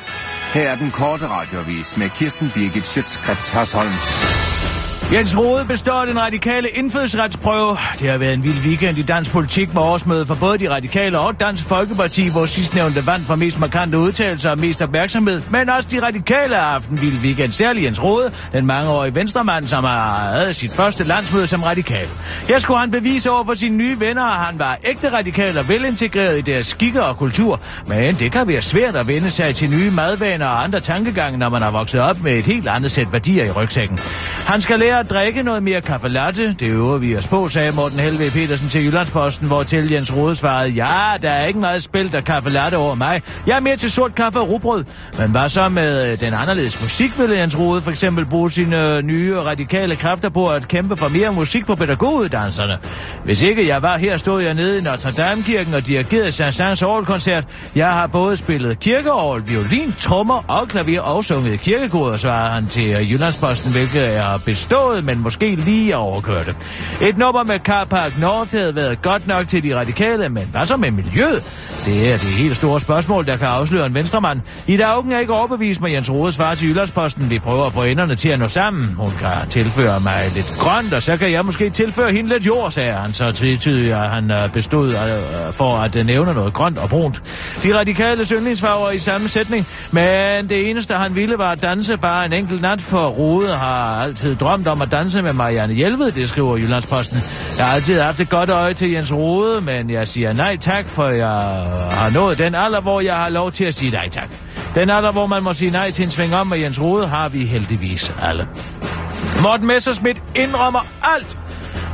Speaker 2: Her er den korte radiovis med Kirsten Birgit Schøtzgrads Hasholm.
Speaker 4: Jens Rode består den radikale indfødsretsprøve. Det har været en vild weekend i dansk politik med årsmøde for både de radikale og Dansk Folkeparti, hvor sidstnævnte vandt for mest markante udtalelser og mest opmærksomhed. Men også de radikale har haft en vild weekend, særlig Jens Rode, den mangeårige venstremand, som har havde sit første landsmøde som radikal. Her skulle han bevise over for sine nye venner, at han var ægte radikal og velintegreret i deres skikker og kultur. Men det kan være svært at vende sig til nye madvaner og andre tankegange, når man har vokset op med et helt andet sæt værdier i rygsækken. Han skal lære at at drikke noget mere kaffe latte. Det øver vi os på, sagde Morten Helve Petersen til Jyllandsposten, hvor til Jens Rode svarede, ja, der er ikke meget spil der kaffe latte over mig. Jeg er mere til sort kaffe og rugbrød. Men hvad så med øh, den anderledes musik, ville Jens Rode for eksempel bruge sine øh, nye radikale kræfter på at kæmpe for mere musik på pædagoguddannelserne. Hvis ikke jeg var her, stod jeg nede i Notre Dame-kirken og dirigerede Saint-Saëns orgelkoncert. Jeg har både spillet kirkeorgel, violin, trommer og klaver og sunget kirkekoder, svarede han til øh, Jyllandsposten, hvilket er bestået, men måske lige overkørte. Et nummer med Car Park North havde været godt nok til de radikale, men hvad så med miljøet? Det er det helt store spørgsmål, der kan afsløre en venstremand. I dag er ikke overbevist med Jens Rode svar til Jyllandsposten. Vi prøver at få enderne til at nå sammen. Hun kan tilføre mig lidt grønt, og så kan jeg måske tilføre hende lidt jord, sagde han. Så tvetydigt, at han øh, bestod øh, for at øh, nævne noget grønt og brunt. De radikale yndlingsfarver i samme sætning, men det eneste, han ville, var at danse bare en enkelt nat, for Rode har altid drømt om at danse med Marianne Hjelved, det skriver Jyllandsposten. Jeg har altid haft et godt øje til Jens Rode, men jeg siger nej tak, for jeg har nået den alder, hvor jeg har lov til at sige nej tak. Den alder, hvor man må sige nej til en sving om med Jens Rode, har vi heldigvis alle. Morten Messerschmidt indrømmer alt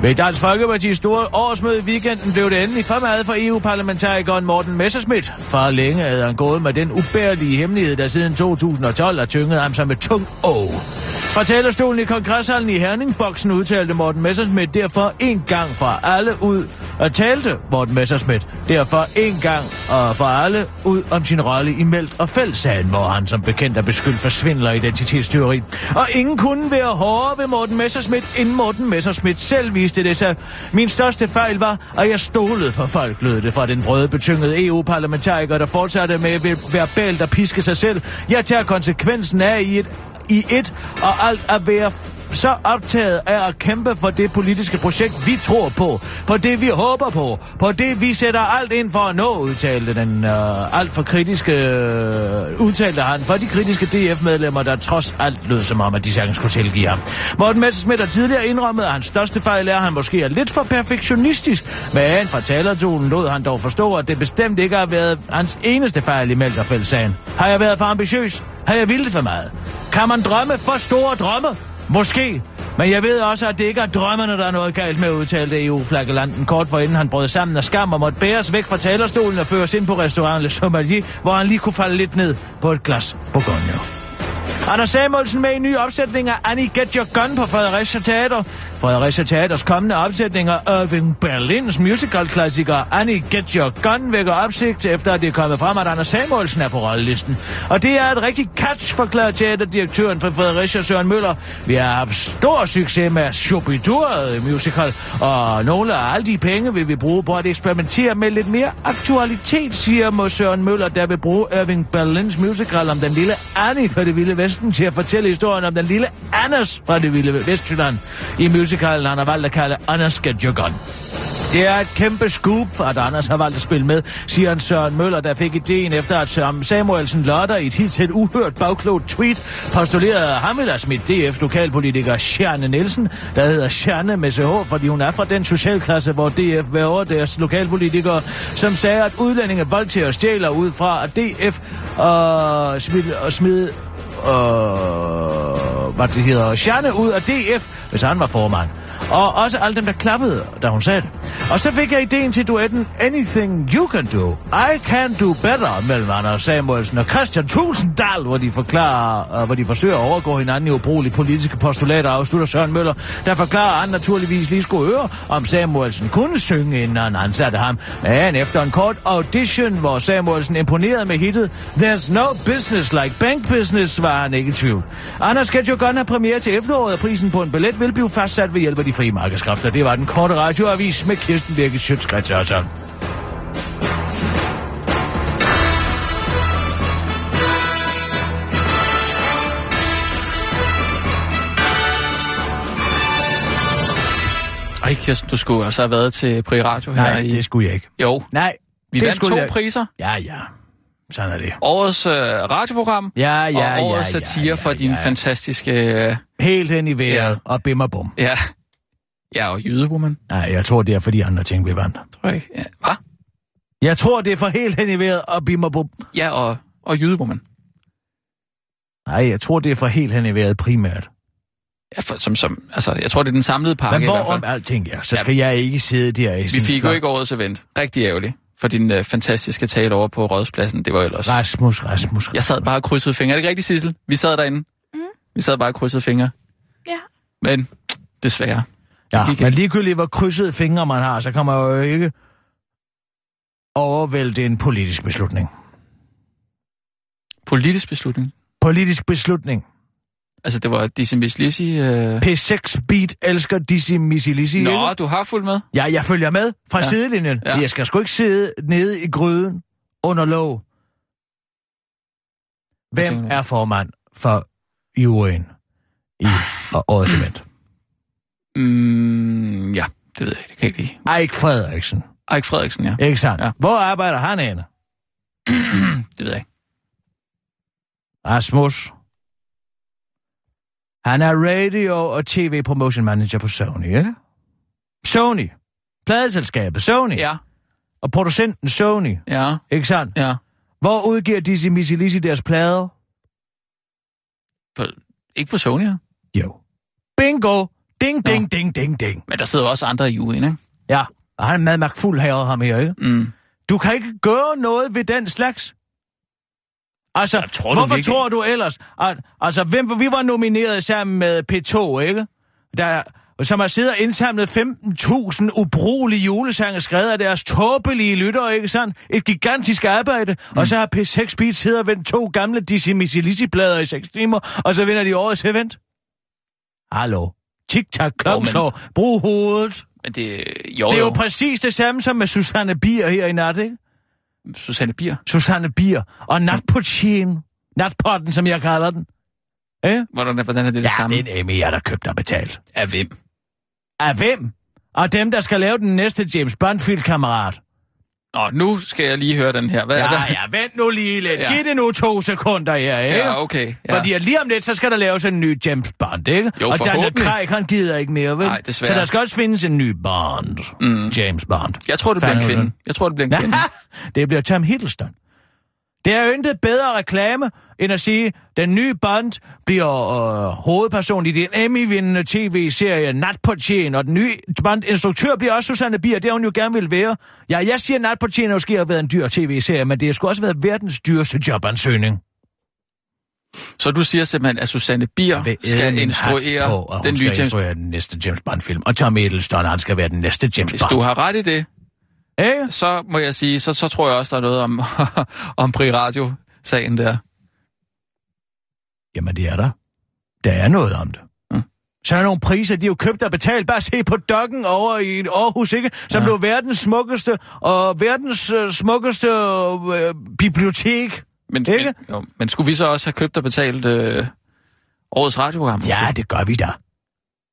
Speaker 4: ved Dansk Folkeparti's store årsmøde i weekenden blev det endelig for meget for EU-parlamentarikeren Morten Messerschmidt. For længe havde han gået med den ubærlige hemmelighed, der siden 2012 har tynget ham som et tung å. Fra talerstolen i kongresshallen i Herningboksen udtalte Morten Messerschmidt derfor en gang for alle ud og talte Morten Messerschmidt derfor en gang og for alle ud om sin rolle i Meldt og Fældsagen, hvor han som bekendt er beskyldt for svindler og identitetsteori. Og ingen kunne være hårdere ved Morten Messerschmidt, end Morten Messerschmidt selv viste det sig. Min største fejl var, at jeg stolede på folk, lød det fra den røde betyngede EU-parlamentariker, der fortsatte med ve- verbalt at piske sig selv. Jeg tager konsekvensen af i et i et, og alt at være f- så optaget af at kæmpe for det politiske projekt, vi tror på, på det vi håber på, på det vi sætter alt ind for at nå, udtalte den øh, alt for kritiske, øh, udtalte han for de kritiske DF-medlemmer, der trods alt lød som om, at de sagtens skulle tilgive ham. Morten Messerschmidt har tidligere indrømmet, at hans største fejl er, at han måske er lidt for perfektionistisk, men fra talertonen lod han dog forstå, at det bestemt ikke har været hans eneste fejl i Mælkerfældssagen. Har jeg været for ambitiøs? Har jeg vildt for meget? Kan man drømme for store drømme? Måske. Men jeg ved også, at det ikke er drømmerne, der er noget galt med, udtalte EU-flaggelanden kort forinden han brød sammen af skam og måtte bæres væk fra talerstolen og føres ind på restauranten Le Sommelier, hvor han lige kunne falde lidt ned på et glas Bourgogne. Anders Samuelsen med en ny opsætning af Annie Get Your Gun på Fredericia Teater. Fredericia Teaters kommende opsætning af Irving Berlins musicalklassiker Annie Get Your Gun vækker opsigt, efter at det er kommet frem, at Anders Samuelsen er på rollelisten. Og det er et rigtig catch, forklarer teaterdirektøren for Fredericia Søren Møller. Vi har haft stor succes med Shobiduret musical, og nogle af alle de penge vil vi bruge på at eksperimentere med lidt mere aktualitet, siger Mo Søren Møller, der vil bruge Irving Berlins musical om den lille Annie fra det vilde Vesten til at fortælle historien om den lille Anders fra det vilde Vestjylland i musicalen, han har valgt at kalde Anders Get Your Gun. Det er et kæmpe scoop, at Anders har valgt at spille med, siger en Søren Møller, der fik ideen efter, at Søren Samuelsen lørdag i et hidtil uhørt bagklogt tweet postulerede, at han ville have smidt DF-lokalpolitiker Sjerne Nielsen, der hedder Sjerne med CH, fordi hun er fra den socialklasse, hvor DF væver deres lokalpolitikere, som sagde, at udlændinge voldtager og stjæler ud fra, at DF øh, smid, og smid øh, hvad det hedder, Sjerne ud af DF, hvis han var formand. Og også alle dem, der klappede, da hun sagde det. Og så fik jeg ideen til duetten Anything You Can Do, I Can Do Better mellem Anders Samuelsen og Christian Tulsendal, hvor de, forklarer, øh, hvor de forsøger at overgå hinanden i ubrugelige politiske postulater, afslutter Søren Møller, der forklarer, at han naturligvis lige skulle høre, om Samuelsen kunne synge, inden han ansatte ham. Men efter en kort audition, hvor Samuelsen imponerede med hittet There's No Business Like Bank Business, var han ikke i tvivl. Anders Ketjo Gunn har premiere til efteråret, og prisen på en billet vil blive fastsat ved hjælp af de frie markedskræfter. Det var den korte radioavis med Kirsten Birgit Sjøtskrets Hørsholm.
Speaker 5: Ej, Kirsten, du skulle altså have været til Pri Radio her
Speaker 4: Nej,
Speaker 5: i...
Speaker 4: det skulle jeg ikke.
Speaker 5: Jo,
Speaker 4: Nej,
Speaker 5: vi
Speaker 4: det
Speaker 5: vandt
Speaker 4: skulle
Speaker 5: to
Speaker 4: jeg...
Speaker 5: priser.
Speaker 4: Ja, ja. Sådan er det.
Speaker 5: Årets øh, radioprogram
Speaker 4: Ja, ja,
Speaker 5: og
Speaker 4: ja,
Speaker 5: årets
Speaker 4: ja,
Speaker 5: satire
Speaker 4: ja,
Speaker 5: for din
Speaker 4: ja.
Speaker 5: fantastiske... Øh,
Speaker 4: Helt hen i vejret og bim og bum.
Speaker 5: ja, ja, og jydewoman,
Speaker 4: Nej, jeg tror, det er for de andre ting, vi vandt.
Speaker 5: tror jeg ikke. Ja, hva?
Speaker 4: Jeg tror, det er for helt hen i vejret og bim og bum.
Speaker 5: Ja, og, og jydewoman.
Speaker 4: Nej, jeg tror, det er for helt hen i vejret primært.
Speaker 5: Ja, for, som, som, altså, jeg tror, det er den samlede pakke
Speaker 4: Men
Speaker 5: i hvert fald.
Speaker 4: hvorom alting er, så skal jeg ikke sidde der i
Speaker 5: Vi
Speaker 4: sådan
Speaker 5: fik jo
Speaker 4: flok.
Speaker 5: ikke årets event. Rigtig ærgerligt. For din øh, fantastiske tale over på Rådspladsen, det var ellers...
Speaker 4: Rasmus, Rasmus,
Speaker 5: Jeg sad bare og krydsede fingre. Er det ikke rigtigt, Sissel? Vi sad derinde. Mm. Vi sad bare og krydsede fingre.
Speaker 6: Ja.
Speaker 5: Men desværre.
Speaker 4: Ja,
Speaker 5: gik
Speaker 4: men
Speaker 5: ikke.
Speaker 4: ligegyldigt hvor krydsede fingre man har, så kan man jo ikke overvælte en politisk beslutning.
Speaker 5: Politisk beslutning.
Speaker 4: Politisk beslutning.
Speaker 5: Altså, det var Dizzy Miss Lizzy, øh...
Speaker 4: P6 Beat elsker Dizzy Missy Lizzy.
Speaker 5: Nå,
Speaker 4: ikke?
Speaker 5: du har fulgt med.
Speaker 4: Ja, jeg følger med fra ja.
Speaker 5: Ja.
Speaker 4: sidelinjen. Ja.
Speaker 5: Ja.
Speaker 4: Jeg skal sgu ikke sidde nede i gryden under lov.
Speaker 5: Hvad
Speaker 4: Hvem
Speaker 5: tænker du?
Speaker 4: er formand for juryen i og årets event?
Speaker 5: Mm, ja, det ved jeg ikke. Det kan jeg ikke lide.
Speaker 4: Eik Frederiksen,
Speaker 5: Eik Frederiksen, ja.
Speaker 4: ikke sandt? Ja.
Speaker 5: Ja.
Speaker 4: Hvor arbejder han henne?
Speaker 5: Det ved jeg ikke.
Speaker 4: Rasmus. Han er radio- og tv-promotion manager på Sony, ikke? Sony. Pladeselskabet Sony.
Speaker 5: Ja,
Speaker 4: Og producenten Sony,
Speaker 5: ja,
Speaker 4: ikke sandt?
Speaker 5: ja.
Speaker 4: Hvor udgiver Dizzy Missy Lizzy deres plader?
Speaker 5: På, ikke på Sony, ja.
Speaker 4: Jo. Bingo! Ding, ding, ding, ding, ding.
Speaker 5: Men der sidder jo også andre i juryen, ikke?
Speaker 4: Ja, og han er meget magtfuld her ham her, ikke?
Speaker 5: Mm.
Speaker 4: Du kan ikke gøre noget ved den slags. Altså,
Speaker 5: Jeg tror du
Speaker 4: hvorfor
Speaker 5: virkelig-
Speaker 4: tror du ellers, at altså, hvem, vi var nomineret sammen med P2, ikke? Der, som har siddet og indsamlet 15.000 ubrugelige julesange, skrevet af deres tåbelige lyttere, ikke sandt? Et gigantisk arbejde, mm. og så har P6 Beat siddet og vendt to gamle Dizzy Missy Lizzy-plader i 6 timer, og så vinder de årets event. Hallo. Tik-tak,
Speaker 5: Jo, men-
Speaker 4: klokken Brug hovedet.
Speaker 5: Men det, jo,
Speaker 4: Det er jo
Speaker 5: jo.
Speaker 4: præcis det samme som med Susanne Bier her i nat, ikke?
Speaker 5: Susanne Bier.
Speaker 4: Susanne Bier og natpotten, natpotten, som jeg kalder den. Eh? Ja,
Speaker 5: Hvordan, er- hvordan er det det samme?
Speaker 4: det er en Emmy, jeg der købt og betalt.
Speaker 5: Af hvem?
Speaker 4: Af hvem? Af dem, der skal lave den næste James Bond-film, kammerat.
Speaker 5: Nå, nu skal jeg lige høre den her. Hvad er
Speaker 4: Ja,
Speaker 5: der?
Speaker 4: ja, vent nu lige lidt. Ja.
Speaker 5: Ja.
Speaker 4: Giv det nu to sekunder her, ikke?
Speaker 5: Ja, okay.
Speaker 4: Ja.
Speaker 5: Ja.
Speaker 4: Fordi at lige om lidt, så skal der laves en ny James Bond, ikke?
Speaker 5: Jo,
Speaker 4: og Daniel
Speaker 5: forhåbentlig.
Speaker 4: Craig, han gider ikke mere, vel?
Speaker 5: Nej, desværre.
Speaker 4: Så der skal også findes en ny Bond. Mm. James Bond.
Speaker 5: Jeg tror, det bliver en
Speaker 4: Fanden,
Speaker 5: kvinde. Jeg tror, det bliver en kvinde.
Speaker 4: Ja, det bliver Tom Hiddleston. Det er jo intet bedre reklame, end at sige, den nye Bond bliver øh, hovedperson i den Emmy-vindende tv-serie Nat på Tjen, og den nye Bond-instruktør bliver også Susanne Bier, det har hun jo gerne vil være. Ja, jeg siger, Nat på Tjen måske har været en dyr tv-serie, men det har sgu også været verdens dyreste jobansøgning.
Speaker 5: Så du siger simpelthen, at Susanne Bier
Speaker 4: Vil æde
Speaker 5: skal
Speaker 4: min hat
Speaker 5: instruere
Speaker 4: på, at hun
Speaker 5: den nye
Speaker 4: skal
Speaker 5: James
Speaker 4: instruere den næste James Bond-film, og Tom Hiddleston, han skal være den næste James
Speaker 5: Hvis
Speaker 4: Bond.
Speaker 5: du har ret i det,
Speaker 4: Ikke?
Speaker 5: så må jeg sige, så, så tror jeg også, der er noget om, om Pri Radio-sagen der.
Speaker 4: Jamen, det er der. Der er noget om det.
Speaker 5: Mm.
Speaker 4: Så er der nogle priser, de er jo købt og betalt. Bare se på dokken over i Aarhus, ikke? Som ja. blev verdens smukkeste og verdens øh, smukkeste øh, bibliotek.
Speaker 5: Men,
Speaker 4: Ikke?
Speaker 5: men, jo, men skulle vi så også have købt og betalt øh, årets radioprogram? måske?
Speaker 4: Ja, det gør vi da.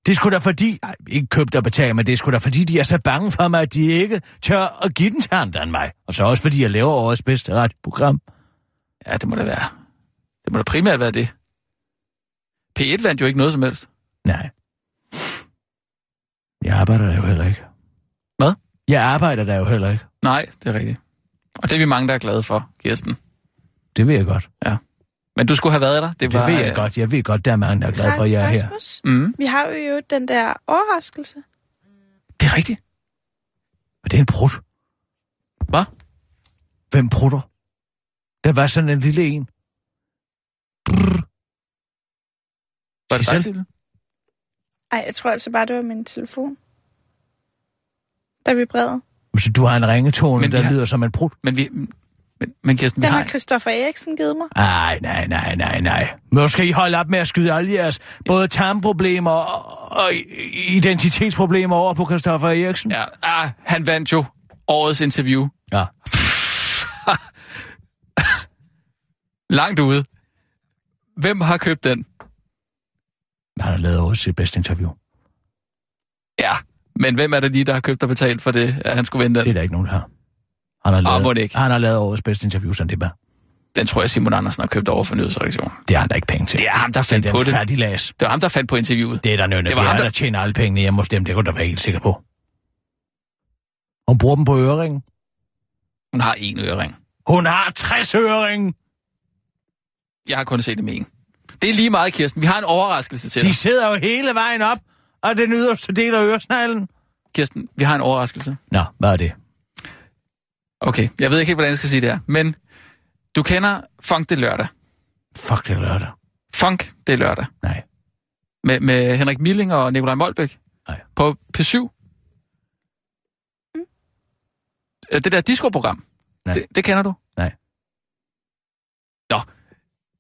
Speaker 4: Det skulle da fordi, nej, ikke købt og betalt, men det skulle da fordi, de er så bange for mig, at de ikke tør at give den til andre end mig. Og så også fordi, jeg laver årets bedste radioprogram.
Speaker 5: ja, det må det være. Det må da primært være det. P1 vandt jo ikke noget som helst.
Speaker 4: Nej. Jeg arbejder der jo heller ikke.
Speaker 5: Hvad?
Speaker 4: Jeg arbejder der jo heller ikke.
Speaker 5: Nej, det er rigtigt. Og det er vi mange, der er glade for, Kirsten.
Speaker 4: Det ved jeg godt.
Speaker 5: Men du skulle have været der. Det,
Speaker 4: Det
Speaker 5: var,
Speaker 4: ved jeg
Speaker 5: øh,
Speaker 4: godt. Jeg ved godt, der er mange, der er glade for, at jeg er her.
Speaker 6: Rasmus,
Speaker 5: Mm,
Speaker 6: vi har jo den der overraskelse.
Speaker 5: det er rigtigt.
Speaker 4: Og det er en prut.
Speaker 5: Hvad?
Speaker 4: Hvem prutter? Der var sådan en lille en.
Speaker 5: Var det
Speaker 4: Sissel?
Speaker 5: dig, Sissel?
Speaker 6: Ej, jeg tror altså bare, det var min telefon. Der vibrerede.
Speaker 4: Så du har en ringetone,
Speaker 5: Men vi
Speaker 4: der
Speaker 5: har-
Speaker 4: lyder som en prut.
Speaker 5: Men vi... Men, men Kirsten, vi
Speaker 6: Den
Speaker 5: har...
Speaker 6: har Christoffer Eriksen givet mig.
Speaker 4: Nej, nej, nej, nej, nej. Nu skal I holde op med at skyde alle jeres både tarmproblemer og, og identitetsproblemer over på Christoffer Eriksen.
Speaker 5: Ja, ah, han vandt jo årets interview.
Speaker 4: ja.
Speaker 5: Langt ude. Hvem har købt den?
Speaker 4: Han har lavet også sit bedste interview.
Speaker 5: Ja, men hvem er det lige, der har købt og betalt for det, at han skulle vinde
Speaker 4: Det er
Speaker 5: den?
Speaker 4: der ikke nogen, der har. Han har,
Speaker 5: må
Speaker 4: lavet,
Speaker 5: det ikke.
Speaker 4: han har lavet årets bedste interview, sådan det er. bare.
Speaker 5: Den tror jeg, Simon Andersen har købt over for nyhedsredaktionen.
Speaker 4: Det har han da ikke penge til.
Speaker 5: Det er ham, der fandt
Speaker 4: den
Speaker 5: på det.
Speaker 4: fattige las.
Speaker 5: Det var ham, der fandt på interviewet.
Speaker 4: Det er der nødvendigt. Det
Speaker 5: Det var
Speaker 4: var
Speaker 5: ham,
Speaker 4: der...
Speaker 5: der-
Speaker 4: der tjener alle pengene hjemme hos dem. Det kunne du være helt sikker på. Hun bruger dem på øringen.
Speaker 5: Hun har én ørering.
Speaker 4: Hun har 60 øringen.
Speaker 5: Jeg har kun set det med én. Det er lige meget, Kirsten. Vi har en overraskelse til
Speaker 7: De
Speaker 5: dig.
Speaker 7: sidder jo hele vejen op, og den yderste del af øresneglen.
Speaker 5: Kirsten, vi har en overraskelse.
Speaker 7: Nå, hvad er det?
Speaker 5: Okay, jeg ved ikke helt, hvordan jeg skal sige det her, men du kender Funk det lørdag.
Speaker 7: Fuck, det er lørdag.
Speaker 5: Funk det lørdag.
Speaker 7: Nej.
Speaker 5: Med, med Henrik Milling og Nikolaj Molbæk.
Speaker 7: Nej.
Speaker 5: På P7. Øh, Det der disco-program.
Speaker 7: Nej.
Speaker 5: Det, det kender du?
Speaker 7: Nej.
Speaker 5: Nå.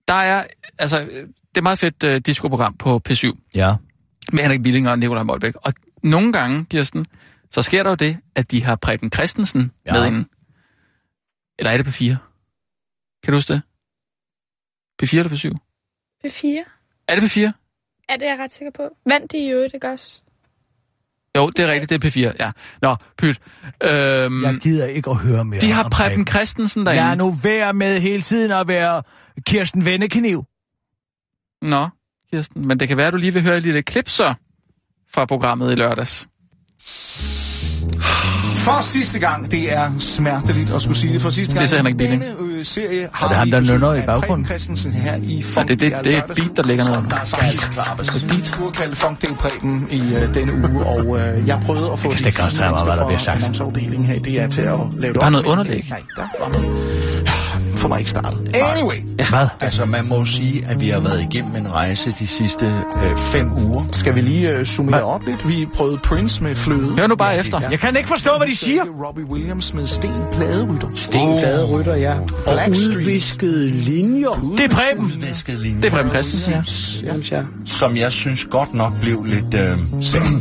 Speaker 5: Der er, altså, øh, det er et meget fedt uh, disco-program på P7.
Speaker 7: Ja.
Speaker 5: med Henrik Billinger og Nikolaj Molbæk. Og nogle gange, Kirsten, så sker der jo det, at de har Preben Christensen
Speaker 7: Ja.
Speaker 5: ja. med inden. Eller er det på 4? Kan du huske det? På 4 eller på 7?
Speaker 6: P4.
Speaker 5: Er det på 4?
Speaker 6: Ja, det er jeg ret sikker på. Vandt de i øvrigt, ikke også?
Speaker 5: Jo, det er rigtigt, det er på 4, ja. Nå, pyt. Øhm,
Speaker 7: Jeg gider ikke at høre mere
Speaker 5: de har
Speaker 7: om
Speaker 5: Preben Christensen derinde.
Speaker 7: Jeg er nu værd med hele tiden at være Kirsten Vennekniv.
Speaker 5: Nå, Kirsten, men det kan være, at du lige vil høre et lille klip så fra programmet i lørdags.
Speaker 8: For sidste gang, det er smerteligt at skulle sige det for sidste gang.
Speaker 5: Det siger Henrik Billing.
Speaker 8: Denne øh, serie har
Speaker 7: Er det ham,
Speaker 8: vi
Speaker 7: der
Speaker 8: besøg
Speaker 7: nynner i
Speaker 8: af
Speaker 7: baggrunden?
Speaker 8: Preben Christensen her i Funk.
Speaker 5: det- det- det er et beat, der ligger ned.
Speaker 8: Der er så altså klappes. Vi burde kalde Funk det Preben i øh, denne uge, og øh, jeg prøvede at få
Speaker 7: kan slet ikke grænse her, hvor meget der bliver sagt.
Speaker 8: annonceafdelingen her, det er til at lave det
Speaker 5: Bare
Speaker 8: om.
Speaker 5: noget underlæg.
Speaker 8: Nej, der var noget. Får mig ikke startet. Anyway,
Speaker 7: Hvad?
Speaker 3: Altså, man må sige, at vi har været igennem en rejse de sidste øh, fem uger.
Speaker 8: skal vi lige øh, summere op lidt? Vi prøvede Prince med fløde.
Speaker 5: Hør nu bare efter.
Speaker 7: Jeg kan ikke forstå, hvad de siger.
Speaker 8: Robbie Williams med Sten Pladerytter.
Speaker 3: Sten Pladerytter,
Speaker 4: ja.
Speaker 3: Og
Speaker 4: Udviskede linjer,
Speaker 7: Det er Preben.
Speaker 3: udvasket linje.
Speaker 5: Det er Preben Christensen, ja.
Speaker 4: synes jeg.
Speaker 3: Som jeg synes godt nok blev lidt øh,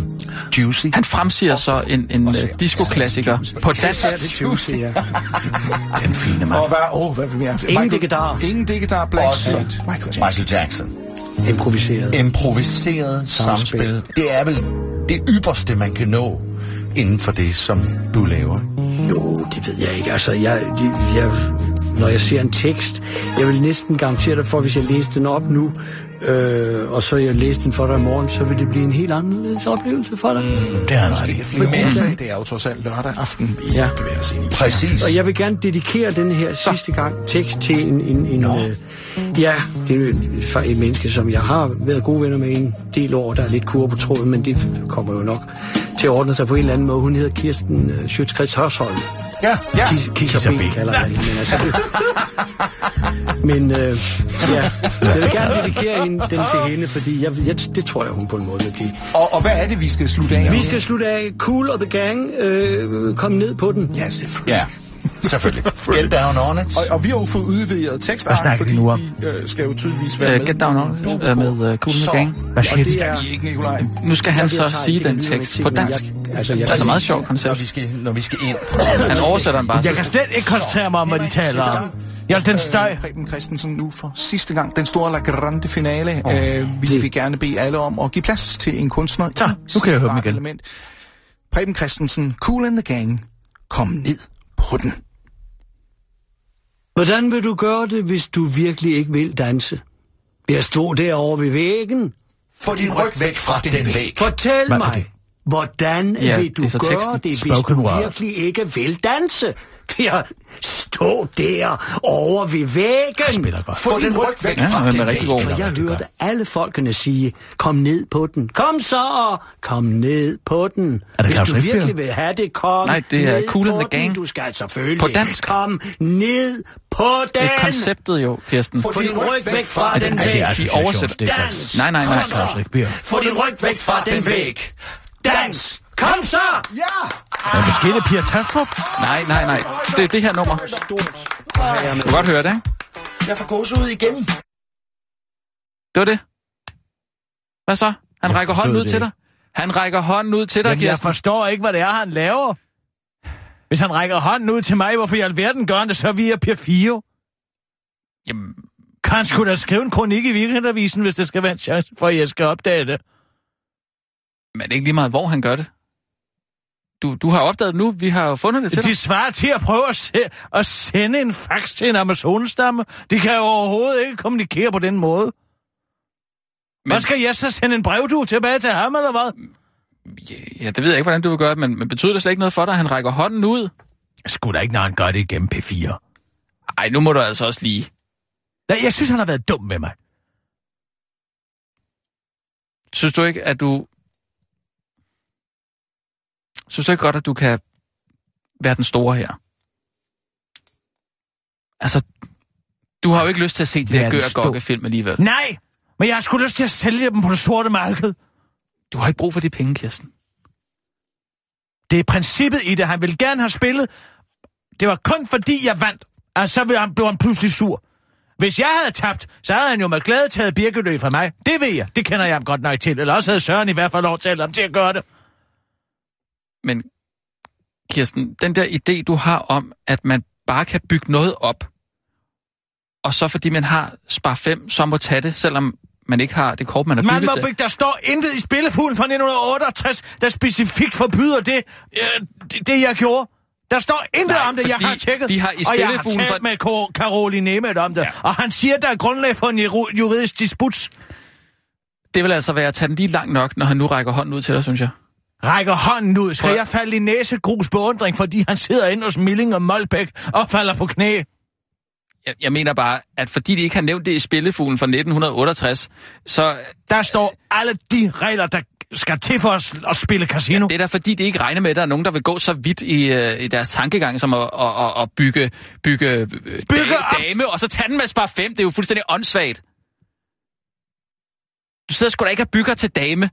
Speaker 3: juicy.
Speaker 5: Han fremsiger så en, en uh, disco-klassiker på dansk.
Speaker 4: Juicy, ja.
Speaker 7: Den fine mand.
Speaker 8: Og hvad, oh, hvad vil vi have? Michael-
Speaker 4: digedar.
Speaker 8: Ingen digedar, Black
Speaker 3: Og så
Speaker 8: Suit. Michael Jackson.
Speaker 3: Michael Jackson.
Speaker 4: Improviseret.
Speaker 3: Improviseret samspil. Det er vel det ypperste, man kan nå inden for det, som du laver.
Speaker 4: Jo, det ved jeg ikke. Altså, jeg, jeg, når jeg ser en tekst, jeg vil næsten garantere dig for, hvis jeg læste den op nu, øh, og så jeg læste den for dig i morgen, så vil det blive en helt anderledes oplevelse for dig.
Speaker 7: Det er han ret i.
Speaker 8: Men det er jo trods alt lørdag aften, vi ja.
Speaker 4: Ja.
Speaker 8: bevæger os ind i.
Speaker 3: Mm. Præcis.
Speaker 4: Og jeg vil gerne dedikere den her sidste gang tekst til en... en, en øh, ja, det er jo et, for et menneske, som jeg har været gode venner med en del år. Der er lidt kur på tråden, men det kommer jo nok til at ordne sig på en eller anden måde. Hun hedder Kirsten øh, Schøtzgrads Hørsholm.
Speaker 3: Ja, ja.
Speaker 4: Kis- Kisser
Speaker 7: Kisser B.
Speaker 4: B, kalder jeg hende, men altså... Men øh, ja, jeg vil gerne dedikere hende, den til hende, fordi jeg, jeg, det tror jeg, hun på en måde vil blive.
Speaker 8: Og, og hvad er det, vi skal slutte af?
Speaker 4: Vi skal slutte af. Cool og The Gang, øh, kom ned på den.
Speaker 8: Ja, selvfølgelig.
Speaker 3: Ja, selvfølgelig. Get down on it.
Speaker 8: Og, og vi har jo fået udvidet tekstark,
Speaker 7: snakker vi
Speaker 8: fordi
Speaker 7: nu om?
Speaker 8: vi øh, skal jo tydeligvis være
Speaker 5: Uh,
Speaker 8: med.
Speaker 5: get down on it, øh, med uh, Cool
Speaker 3: Så-
Speaker 5: Gang.
Speaker 7: Hvad siger
Speaker 8: Og det
Speaker 7: de?
Speaker 8: skal vi ikke, Nikolaj.
Speaker 5: Nu skal han
Speaker 4: Jeg bliver
Speaker 5: så
Speaker 4: tegnet,
Speaker 5: sige
Speaker 4: det kan
Speaker 5: den
Speaker 4: lyde
Speaker 5: tekst
Speaker 4: lidt
Speaker 5: på
Speaker 4: til, men
Speaker 5: dansk.
Speaker 4: jeg- altså, jeg-
Speaker 5: Det er så meget sjovt
Speaker 3: Når
Speaker 5: koncept.
Speaker 3: vi skal, når vi skal ind.
Speaker 5: Han oversætter den bare.
Speaker 7: Jeg kan slet ikke koncentrere mig om, hvad de taler om. Ja, den støj.
Speaker 8: Øh, Preben Christensen nu for sidste gang. Den store La Grande finale. Oh. Øh, vi vil gerne bede alle om at give plads til en kunstner.
Speaker 7: Så,
Speaker 8: i
Speaker 7: nu
Speaker 8: sit
Speaker 7: kan jeg høre dem
Speaker 8: rare
Speaker 7: igen.
Speaker 8: Element. Preben Christensen, Cool and the Gang. Kom ned på den.
Speaker 4: Hvordan vil du gøre det, hvis du virkelig ikke vil danse? Jeg stod derovre ved væggen.
Speaker 3: Få din ryg væk fra den væg.
Speaker 4: Fortæl
Speaker 7: Hvad er det?
Speaker 4: mig, hvordan
Speaker 5: Ja,
Speaker 4: vil du
Speaker 5: det er så
Speaker 4: gøre
Speaker 5: teksten.
Speaker 4: det, hvis
Speaker 7: Spoken
Speaker 4: du
Speaker 7: word.
Speaker 4: virkelig ikke vil danse? Jeg stå der over ved væggen.
Speaker 7: Spiller godt.
Speaker 3: Få din ryg væk
Speaker 5: Ja,
Speaker 3: fra
Speaker 5: den er
Speaker 3: den
Speaker 5: rigtig
Speaker 3: væg.
Speaker 5: god.
Speaker 4: Og jeg hørte alle folkene sige, kom ned på den. Kom så, og kom ned på den.
Speaker 7: Er det Claus
Speaker 4: Hvis du
Speaker 7: Rifbjerg?
Speaker 4: virkelig vil have det, kom
Speaker 5: Nej, det er
Speaker 4: ned
Speaker 5: Kool and
Speaker 4: på
Speaker 5: the
Speaker 4: den.
Speaker 5: Gang.
Speaker 4: Du skal altså selvfølgelig
Speaker 5: På dansk.
Speaker 4: Kom ned på den.
Speaker 5: Det er konceptet jo, Kirsten.
Speaker 4: Få din ryg væk fra den
Speaker 5: Ej,
Speaker 4: væg.
Speaker 5: det er
Speaker 7: associations-
Speaker 5: de oversætter.
Speaker 7: det er
Speaker 4: Dans!
Speaker 5: Nej, nej, nej.
Speaker 4: Kom så!
Speaker 7: Claus Rifbjerg.
Speaker 4: Få din ryg væk fra den væg! Dans! Kom så!
Speaker 8: Ja!
Speaker 7: Men måske er det Pia Tastrup?
Speaker 5: Nej, nej, nej. Det er det her nummer. Du kan godt høre det, ikke?
Speaker 3: Jeg får gås ud igen.
Speaker 5: Det var det. Hvad så? Han
Speaker 7: Jeg
Speaker 5: rækker hånden
Speaker 7: forstod
Speaker 5: ud
Speaker 7: det
Speaker 5: til dig. Han rækker hånden ud til dig,
Speaker 7: Jamen, jeg
Speaker 5: Kirsten.
Speaker 7: forstår ikke, hvad det er, han laver. Hvis han rækker hånden ud til mig, hvorfor i alverden gør han det så via Pia 4?
Speaker 5: Jamen,
Speaker 7: Kan han sgu da skrive en kronik i Weekendavisen, hvis det skal være en chance for, at jeg skal opdage det?
Speaker 5: men det er ikke lige meget, hvor han gør det. Du, du har opdaget det nu. Vi har jo fundet det til dig.
Speaker 7: De svarer til at prøve at, se, at sende en fax til en amazonestamme. De kan jo overhovedet ikke kommunikere på den måde. Men... Hvad skal jeg så sende en brevdue tilbage til ham, eller hvad?
Speaker 5: Ja, det ved jeg ikke, hvordan du vil gøre, men, men betyder det slet ikke noget for dig, at han rækker hånden ud?
Speaker 7: Skulle da ikke, når han gør det igennem P4.
Speaker 5: Ej, nu må du altså også lige...
Speaker 7: Nej, jeg synes, han har været dum ved mig.
Speaker 5: Synes du ikke, at du... Synes du ikke godt, at du kan være den store her? Altså, du har jo ikke lyst til at se de
Speaker 7: Være
Speaker 5: der
Speaker 7: den
Speaker 5: gør
Speaker 7: store.
Speaker 5: gokke film alligevel.
Speaker 7: Nej, men jeg har sgu lyst til at sælge dem på det sorte marked.
Speaker 5: Du har ikke brug for de penge, Kirsten.
Speaker 7: Det er princippet i det. Han ville gerne have spillet. Det var kun fordi, jeg vandt. Og så blev han, blev han pludselig sur. Hvis jeg havde tabt, så havde han jo med glæde taget Birkelø fra mig. Det ved jeg. Det kender jeg ham godt nok til. Eller også havde Søren i hvert fald overtalt ham til at gøre det.
Speaker 5: Men Kirsten, den der idé, du har om, at man bare kan bygge noget op, og så fordi man har spar 5, så må tage det, selvom man ikke har det kort, man har
Speaker 7: Man
Speaker 5: bygget
Speaker 7: må
Speaker 5: til.
Speaker 7: bygge, der står intet i spillefuglen fra 1968, der specifikt forbyder det, øh, det, det jeg gjorde. Der står intet
Speaker 5: Nej,
Speaker 7: om det, jeg
Speaker 5: fordi
Speaker 7: har tjekket,
Speaker 5: de har i
Speaker 7: og jeg har
Speaker 5: Spillefuglen
Speaker 7: talt
Speaker 5: fra-
Speaker 7: med Ko- Karoli Nemeth om det. Ja.
Speaker 5: Ja.
Speaker 7: Og han siger, der er grundlag for en juru- juridisk disput.
Speaker 5: Det vil altså være at tage den lige langt nok, når han nu rækker hånden ud til dig, synes jeg.
Speaker 7: Rækker hånden ud, skal
Speaker 5: Prøv-
Speaker 7: jeg falde i næsegrus beundring, fordi han sidder inde hos Milling og Molbæk og falder på knæ.
Speaker 5: jeg. Jeg mener bare, at fordi de ikke har nævnt det i Spillefuglen fra 1968, så
Speaker 7: Der står alle de regler, der skal til for at, s- at spille casino.
Speaker 5: det er da fordi, de ikke regner med, at der er nogen, der vil gå så vidt i, øh, i deres tankegang, som at, at, at, at bygge, bygge, øh, dame,
Speaker 7: op!
Speaker 5: dame, og så tage den med spar 5. Det er jo fuldstændig åndssvagt. Du sidder sgu da ikke og bygger til dame.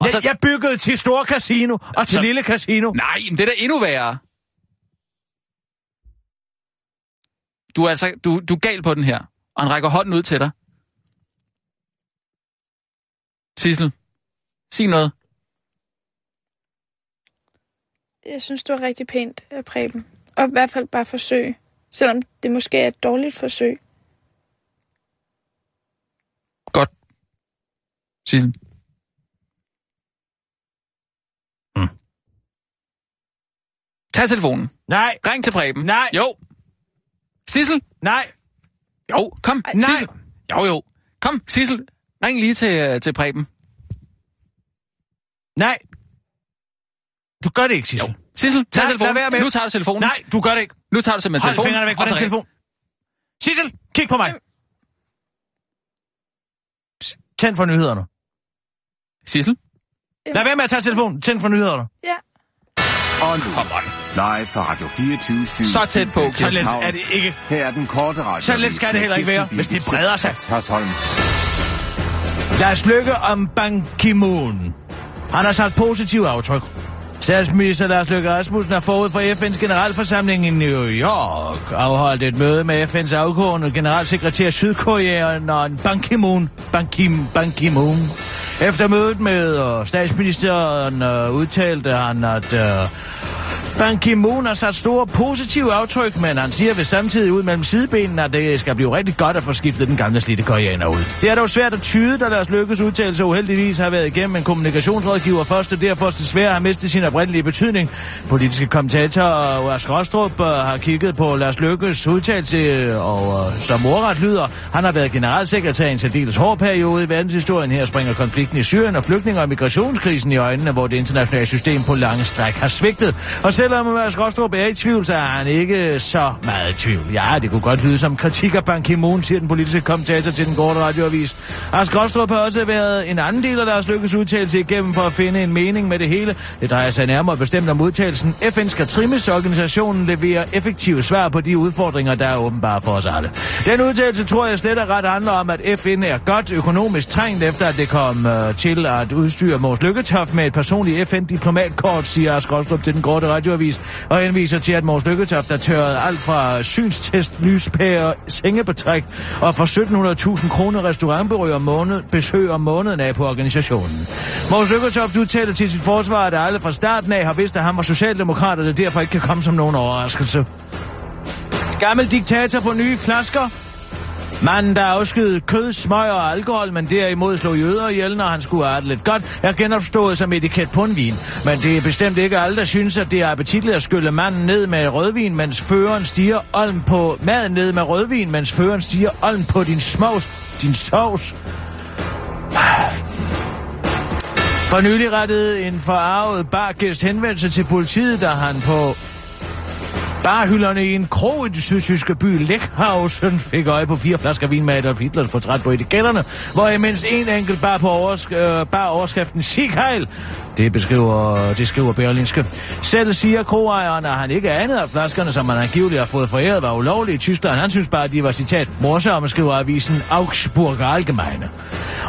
Speaker 5: Og
Speaker 7: Jeg,
Speaker 5: så,
Speaker 7: jeg byggede til store casino og til
Speaker 5: Så-
Speaker 7: lille casino.
Speaker 5: Nej, men det er da endnu værre. Du er altså du, du er gal på den her, og han rækker hånden ud til dig. Sissel, sig noget.
Speaker 6: Jeg synes, det var rigtig pænt af Preben. Og i hvert fald bare forsøg. Selvom det måske er et dårligt forsøg.
Speaker 5: Godt. Sissel. Mm. Tag telefonen.
Speaker 7: Nej,
Speaker 5: Ring til Preben.
Speaker 7: Nej.
Speaker 5: Jo. Sissel.
Speaker 7: nej,
Speaker 5: Jo, kom.
Speaker 6: Ej,
Speaker 7: nej.
Speaker 5: Sissel. Jo, jo. Kom, Sissel. Ring lige til, øh, til Preben.
Speaker 7: Nej. Du gør det ikke, Sissel.
Speaker 5: Jo. Sissel, tag
Speaker 7: Nej,
Speaker 5: telefonen.
Speaker 7: lad være med-
Speaker 5: Nu tager du telefonen.
Speaker 7: Nej, du gør det ikke.
Speaker 5: Nu tager du simpelthen
Speaker 7: Hold
Speaker 5: telefonen.
Speaker 7: fingrene væk fra
Speaker 5: og så
Speaker 7: den
Speaker 5: ring.
Speaker 7: telefon. Sissel, kig på mig. S- Tænd for nyhederne.
Speaker 5: Sissel?
Speaker 7: Lad være med at tage telefonen. Tænd for nyhederne.
Speaker 6: Ja,
Speaker 2: Og nu, live fra Radio 24
Speaker 5: Så tæt på,
Speaker 7: Så
Speaker 5: Kirsten
Speaker 7: let er det ikke.
Speaker 2: Her er den korte radio.
Speaker 7: Så let skal det heller ikke være, hvis det breder sig.
Speaker 2: Hasholm.
Speaker 7: Lars Lykke om Ban Ki-moon. Han har sat positive aftryk. Statsminister Lars Løkke Rasmussen har forud for FN's generalforsamling i New York afholdt et møde med FN's afgående generalsekretær Sydkoreaneren Ban Ki-moon. Ban, Kim, Ban Ki-moon. Efter mødet med øh, statsministeren øh, udtalte han, at øh, Ban Ki-moon har sat store positive aftryk, men han siger ved samtidig ud mellem sidebenene, at det skal blive rigtig godt at få skiftet den gamle slidte koreaner ud. Det er dog svært at tyde, da deres lykkes udtalelse uheldigvis har været igennem en kommunikationsrådgiver først, og derfor desværre har mistet sin oprindelige betydning. Politiske kommentatorer og Skråstrup øh, har kigget på Lars Lykkes udtalelse, og øh, som ordret lyder, han har været generalsekretær i en særdeles hård periode i verdenshistorien. Her springer konflikten i Syrien og flygtninge og migrationskrisen i øjnene, hvor det internationale system på lange stræk har svigtet. Og selvom Mads Rostrup er i tvivl, så er han ikke så meget i tvivl. Ja, det kunne godt lyde som kritik af Ban Ki-moon, siger den politiske kommentator til den korte radioavis. Lars Rostrup har også været en anden del af deres lykkes udtalelse igennem for at finde en mening med det hele. Det drejer sig nærmere bestemt om udtalelsen. FN skal trimmes, så organisationen leverer effektive svar på de udfordringer, der er åbenbare for os alle. Den udtalelse tror jeg slet og ret handler om, at FN er godt økonomisk trængt, efter at det kom øh, til at udstyre Mås Lykketoft med et personligt FN-diplomatkort, siger Skråstrup til den korte radioavis, og henviser til, at Mås Lykketoft har tørret alt fra synstest, lyspære, sengebetræk og for 1700.000 kroner restaurantbyrø om måned, besøg om måneden af på organisationen. Mås Lykketoft udtaler til sit forsvar, at alle fra starten af har vidst, at han var socialdemokrat, og det derfor ikke kan komme som nogen overraskelse. Gammel diktator på nye flasker. Manden, der afskyede kød, smøg og alkohol, men derimod slog jøder ihjel, når han skulle have det lidt godt, er genopstået som etiket på en vin. Men det er bestemt ikke alle, der synes, at det er appetitligt at skylle manden ned med rødvin, mens føreren stiger olm på maden ned med rødvin, mens føreren stiger olm på din smags, din sovs. For nylig rettede en forarvet bargæst henvendelse til politiet, da han på Barhylderne i en krog i den sydtyske by Lechhausen fik øje på fire flasker vin med Adolf Hitlers portræt på etiketterne, hvor imens en enkelt bar på oversk- øh, bar overskriften Sieg Heil. Det beskriver, det skriver Berlinske. Selv siger kroejeren, at han ikke anede, at flaskerne, som han angiveligt har fået foræret, var ulovlige i Tyskland. Han synes bare, at de var citat morsomme, skriver avisen Augsburger Allgemeine.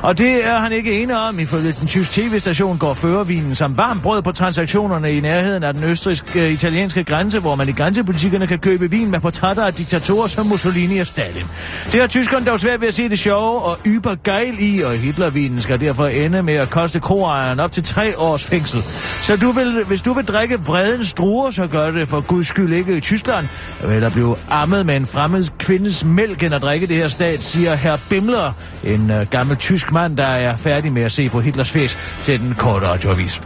Speaker 7: Og det er han ikke enig om. Ifølge den tyske tv-station går førervinen som varm brød på transaktionerne i nærheden af den østrisk-italienske grænse, hvor man i grænsebutikkerne kan købe vin med portrætter af diktatorer som Mussolini og Stalin. Det har tyskerne dog svært ved at se det sjove og yber gejl i, og Hitlervinen skal derfor ende med at koste kroejeren op til tre års fængsel. Så du vil, hvis du vil drikke vredens druer, så gør det for guds skyld ikke i Tyskland. Jeg vil hellere blive ammet med en fremmed kvindes mælk end at drikke det her stat, siger herr Bimler, en øh, gammel tysk mand, der er færdig med at se på Hitlers fæs til den korte radioavis.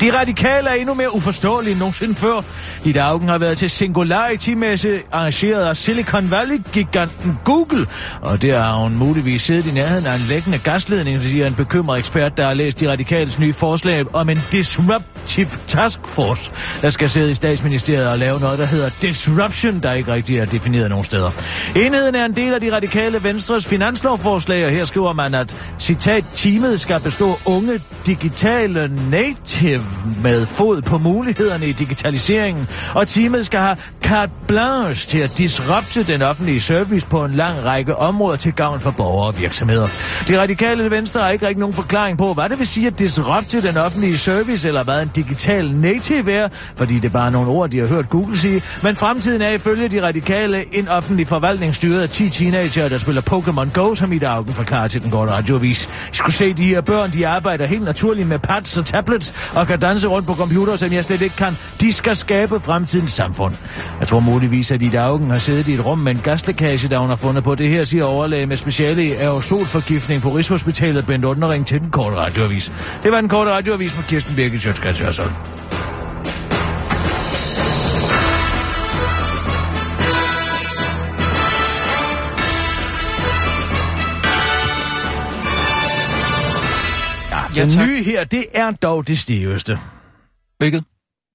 Speaker 7: De radikale er endnu mere uforståelige end nogensinde før. I dagen har været til Singularity-messe, arrangeret af Silicon Valley-giganten Google. Og der har hun muligvis siddet i nærheden af en lækkende gasledning, siger en bekymret ekspert, der har læst de radikales nye forslag om en disruptive task force, der skal sidde i statsministeriet og lave noget, der hedder disruption, der ikke rigtig er defineret nogen steder. Enheden er en del af de radikale venstres finanslovforslag, og her skriver man, at citat, teamet skal bestå unge digitale native med fod på mulighederne i digitaliseringen, og teamet skal have carte blanche til at disrupte den offentlige service på en lang række områder til gavn for borgere og virksomheder. De radikale venstre har ikke rigtig nogen forklaring på, hvad det vil sige at disrupte den offentlige service, eller hvad en digital native er, fordi det er bare nogle ord, de har hørt Google sige, men fremtiden er ifølge de radikale en offentlig forvaltning styret af 10 teenager, der spiller Pokémon Go, som i dag forklarer til den gode radioavis. I skulle se de her børn, de arbejder helt naturligt med pads og tablets, og kan danse rundt på computer, som jeg slet ikke kan. De skal skabe fremtidens samfund. Jeg tror muligvis, at Ida Augen har siddet i et rum med en gaslækage, der hun har fundet på det her, siger overlæge med speciale i aerosolforgiftning på Rigshospitalet Bent Underring til den korte radioavis. Det var den korte radioavis med Kirsten Birgit Sjøtskrets Hørsholm. Ja,
Speaker 5: Ja,
Speaker 7: den
Speaker 5: tak.
Speaker 7: nye her, det er dog det stiveste.
Speaker 5: Hvilket?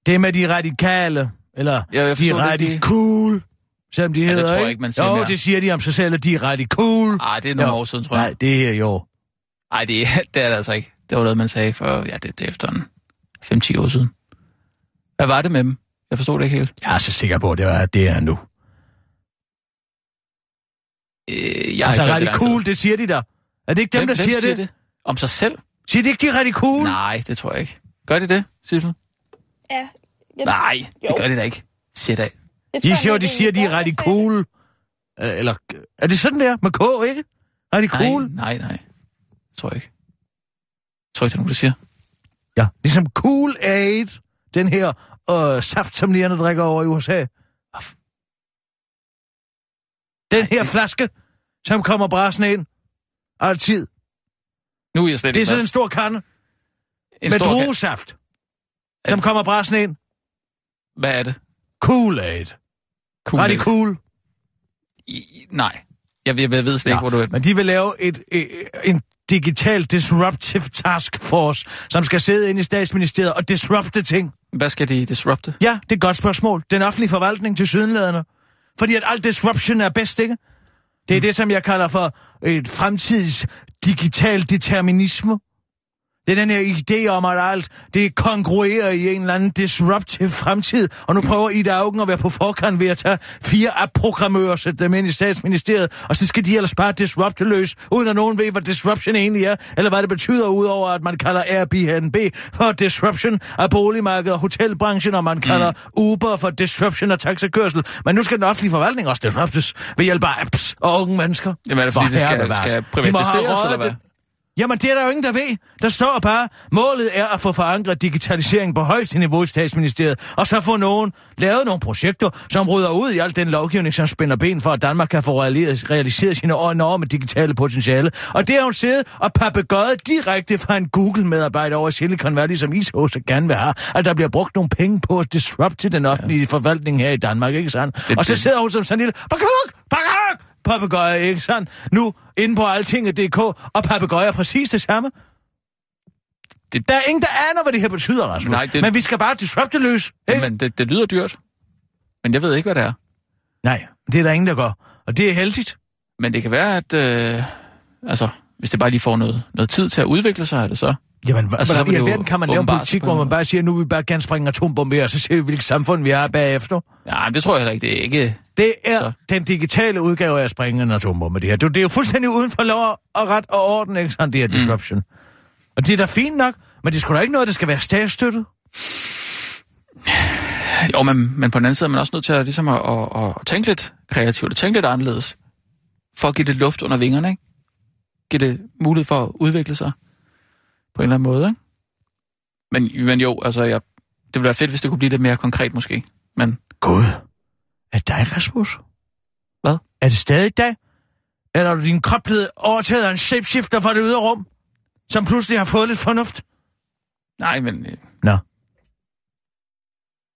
Speaker 7: Det med de radikale, eller
Speaker 5: Ja, jeg
Speaker 7: de
Speaker 5: forstår det, de-
Speaker 7: radikule, som de hedder,
Speaker 5: det tror jeg
Speaker 7: ikke?
Speaker 5: ikke, man siger
Speaker 7: Jo,
Speaker 5: mere.
Speaker 7: det siger de om sig selv, at de er radikule.
Speaker 5: Ej, det er nogle
Speaker 7: Jo.
Speaker 5: år siden, tror
Speaker 7: Nej,
Speaker 5: jeg.
Speaker 7: det her jo.
Speaker 5: Nej, det, er- det er det altså ikke. Det var noget, man sagde for, ja, det, det er efterhånden 5-10 år siden. Hvad var det med dem? Jeg forstod det ikke helt.
Speaker 7: Jeg er så sikker på, at det er, det er nu.
Speaker 5: Øh, jeg har
Speaker 7: altså,
Speaker 5: ikke hørt det lang tid.
Speaker 7: radikul, det siger de der. Er det ikke dem,
Speaker 5: Hvem-
Speaker 7: der
Speaker 5: hvem
Speaker 7: siger, det?
Speaker 5: Om sig selv?
Speaker 7: Siger de ikke, de er radikul?
Speaker 5: Nej, det tror jeg ikke. Gør de det, Sissel?
Speaker 6: Ja, jeg,
Speaker 5: Nej,
Speaker 6: Jo.
Speaker 5: det gør de da ikke. Siger da.
Speaker 6: jeg tror,
Speaker 7: De siger, jo,
Speaker 6: han
Speaker 7: de
Speaker 6: ikke
Speaker 7: siger, de er
Speaker 6: egentlig godt, han sagde
Speaker 7: radikul. Øh, Eller, er det sådan der? Med K, ikke?
Speaker 5: Nej,
Speaker 7: Radikul?
Speaker 5: nej, nej. Det tror jeg ikke. Jeg tror ikke, det er nogen, der siger.
Speaker 7: Ja, ligesom Cool Aid. Den her øh, saft, som lærerne drikker over i USA. Den her flaske, som kommer brassende ind. Altid.
Speaker 5: Nu er jeg slet
Speaker 7: Det er
Speaker 5: ikke
Speaker 7: sådan en
Speaker 5: med.
Speaker 7: stor kande
Speaker 5: en
Speaker 7: med
Speaker 5: stor kat.
Speaker 7: druesaft, som kommer brassende ind.
Speaker 5: Hvad er det?
Speaker 7: Cool Aid.
Speaker 5: Cool.
Speaker 7: Var det cool?
Speaker 5: I- I- Nej. Jeg, jeg, jeg ved slet ikke, hvor du er.
Speaker 7: Men de vil lave et, et, en digital disruptive task force, som skal sidde inde i statsministeriet og disrupte ting.
Speaker 5: Hvad skal de disrupte?
Speaker 7: Ja, det er et godt spørgsmål. Den offentlige forvaltning til sydenlæderne. Fordi at alt disruption er bedst, ikke? Det er det, som jeg kalder for et fremtids digital determinisme. Det er den her idé om, at alt det kongruerer i en eller anden disruptive fremtid. Og nu prøver Ida Augen at være på forkant ved at tage fire app-programmører og sætte dem ind i statsministeriet. Og så skal de ellers bare disrupte løs, uden at nogen ved, hvad disruption egentlig er, eller hvad det betyder, udover at man kalder Airbnb for disruption af boligmarkedet og hotelbranchen, og man kalder mm. Uber for disruption af taxakørsel. Men nu skal den offentlige forvaltning også disruptes ved hjælp af apps og unge mennesker.
Speaker 5: Jamen, er det, fordi
Speaker 7: Hvor
Speaker 5: det skal-
Speaker 7: herre bevares.
Speaker 5: skal
Speaker 7: De må have
Speaker 5: privatiseres,
Speaker 7: røget
Speaker 5: eller hvad?
Speaker 7: det- Jamen, det er der jo ingen, der ved. Der står bare, målet er at få forankret digitalisering på højeste niveau i statsministeriet, og så få nogen lavet nogle projekter, som rydder ud i al den lovgivning, som spænder ben for, at Danmark kan få realiseret, realiseret sine enorme digitale potentiale. Og det har hun siddet og papegøjet direkte fra en Google-medarbejder over i Silicon Valley, som ISO så gerne vil have, at der bliver brugt nogle penge på at disrupte den offentlige ja. forvaltning her i Danmark, ikke sandt?
Speaker 5: Det-
Speaker 7: Og så
Speaker 5: det-
Speaker 7: sidder hun som sådan en lille, "Bakuk! Bakuk!" papegøje, ikke sandt? Nu inde på altinget.dk, og papegøjer er præcis det samme.
Speaker 5: Det-
Speaker 7: Det... Der er ingen, der aner, hvad det her betyder, Rasmus.
Speaker 5: Nej, det-
Speaker 7: Men vi skal bare disrupte løs. ikke?
Speaker 5: Jamen, det, det lyder dyrt. Men jeg ved ikke, hvad det er.
Speaker 7: Nej, det er der ingen, der gør. Og det er heldigt.
Speaker 5: Men det kan være, at... Øh, altså, hvis det bare lige får noget, noget tid til at udvikle sig, er det så...
Speaker 7: Jamen, altså,
Speaker 5: Altså, så
Speaker 7: hvordan
Speaker 5: vil
Speaker 7: i
Speaker 5: det jo
Speaker 7: alverden kan man lave en
Speaker 5: åbenbart
Speaker 7: politik,
Speaker 5: på en
Speaker 7: hvor man
Speaker 5: måde.
Speaker 7: bare siger, nu vil vi bare gerne springe atombomber, og så ser vi, hvilket samfund vi er bagefter?
Speaker 5: Ja, det tror jeg heller ikke. Det er ikke...
Speaker 7: Det er så.
Speaker 5: Så.
Speaker 7: den digitale udgave af at springe en atombombe, det her. Det, det er jo fuldstændig uden for lov og ret og orden, ikke sådan, det her disruption. Og det er da fint nok, men det skulle da ikke noget, der skal være statsstøttet.
Speaker 5: Jo, men, men på den anden side er man også nødt til at, ligesom at, at, at tænke lidt kreativt og tænke lidt anderledes. For at give det luft under vingerne, ikke? Give det mulighed for at udvikle sig på en eller anden måde, ikke? Men, men jo, altså, jeg, det ville være fedt, hvis det kunne blive lidt mere konkret måske. Men
Speaker 7: Gud, er det dig, Rasmus?
Speaker 5: Hvad?
Speaker 7: Er det stadig dig? Eller er du din krop blevet overtaget af en shapeshifter fra det ydre rum, som pludselig har fået lidt fornuft?
Speaker 5: nej, men øh,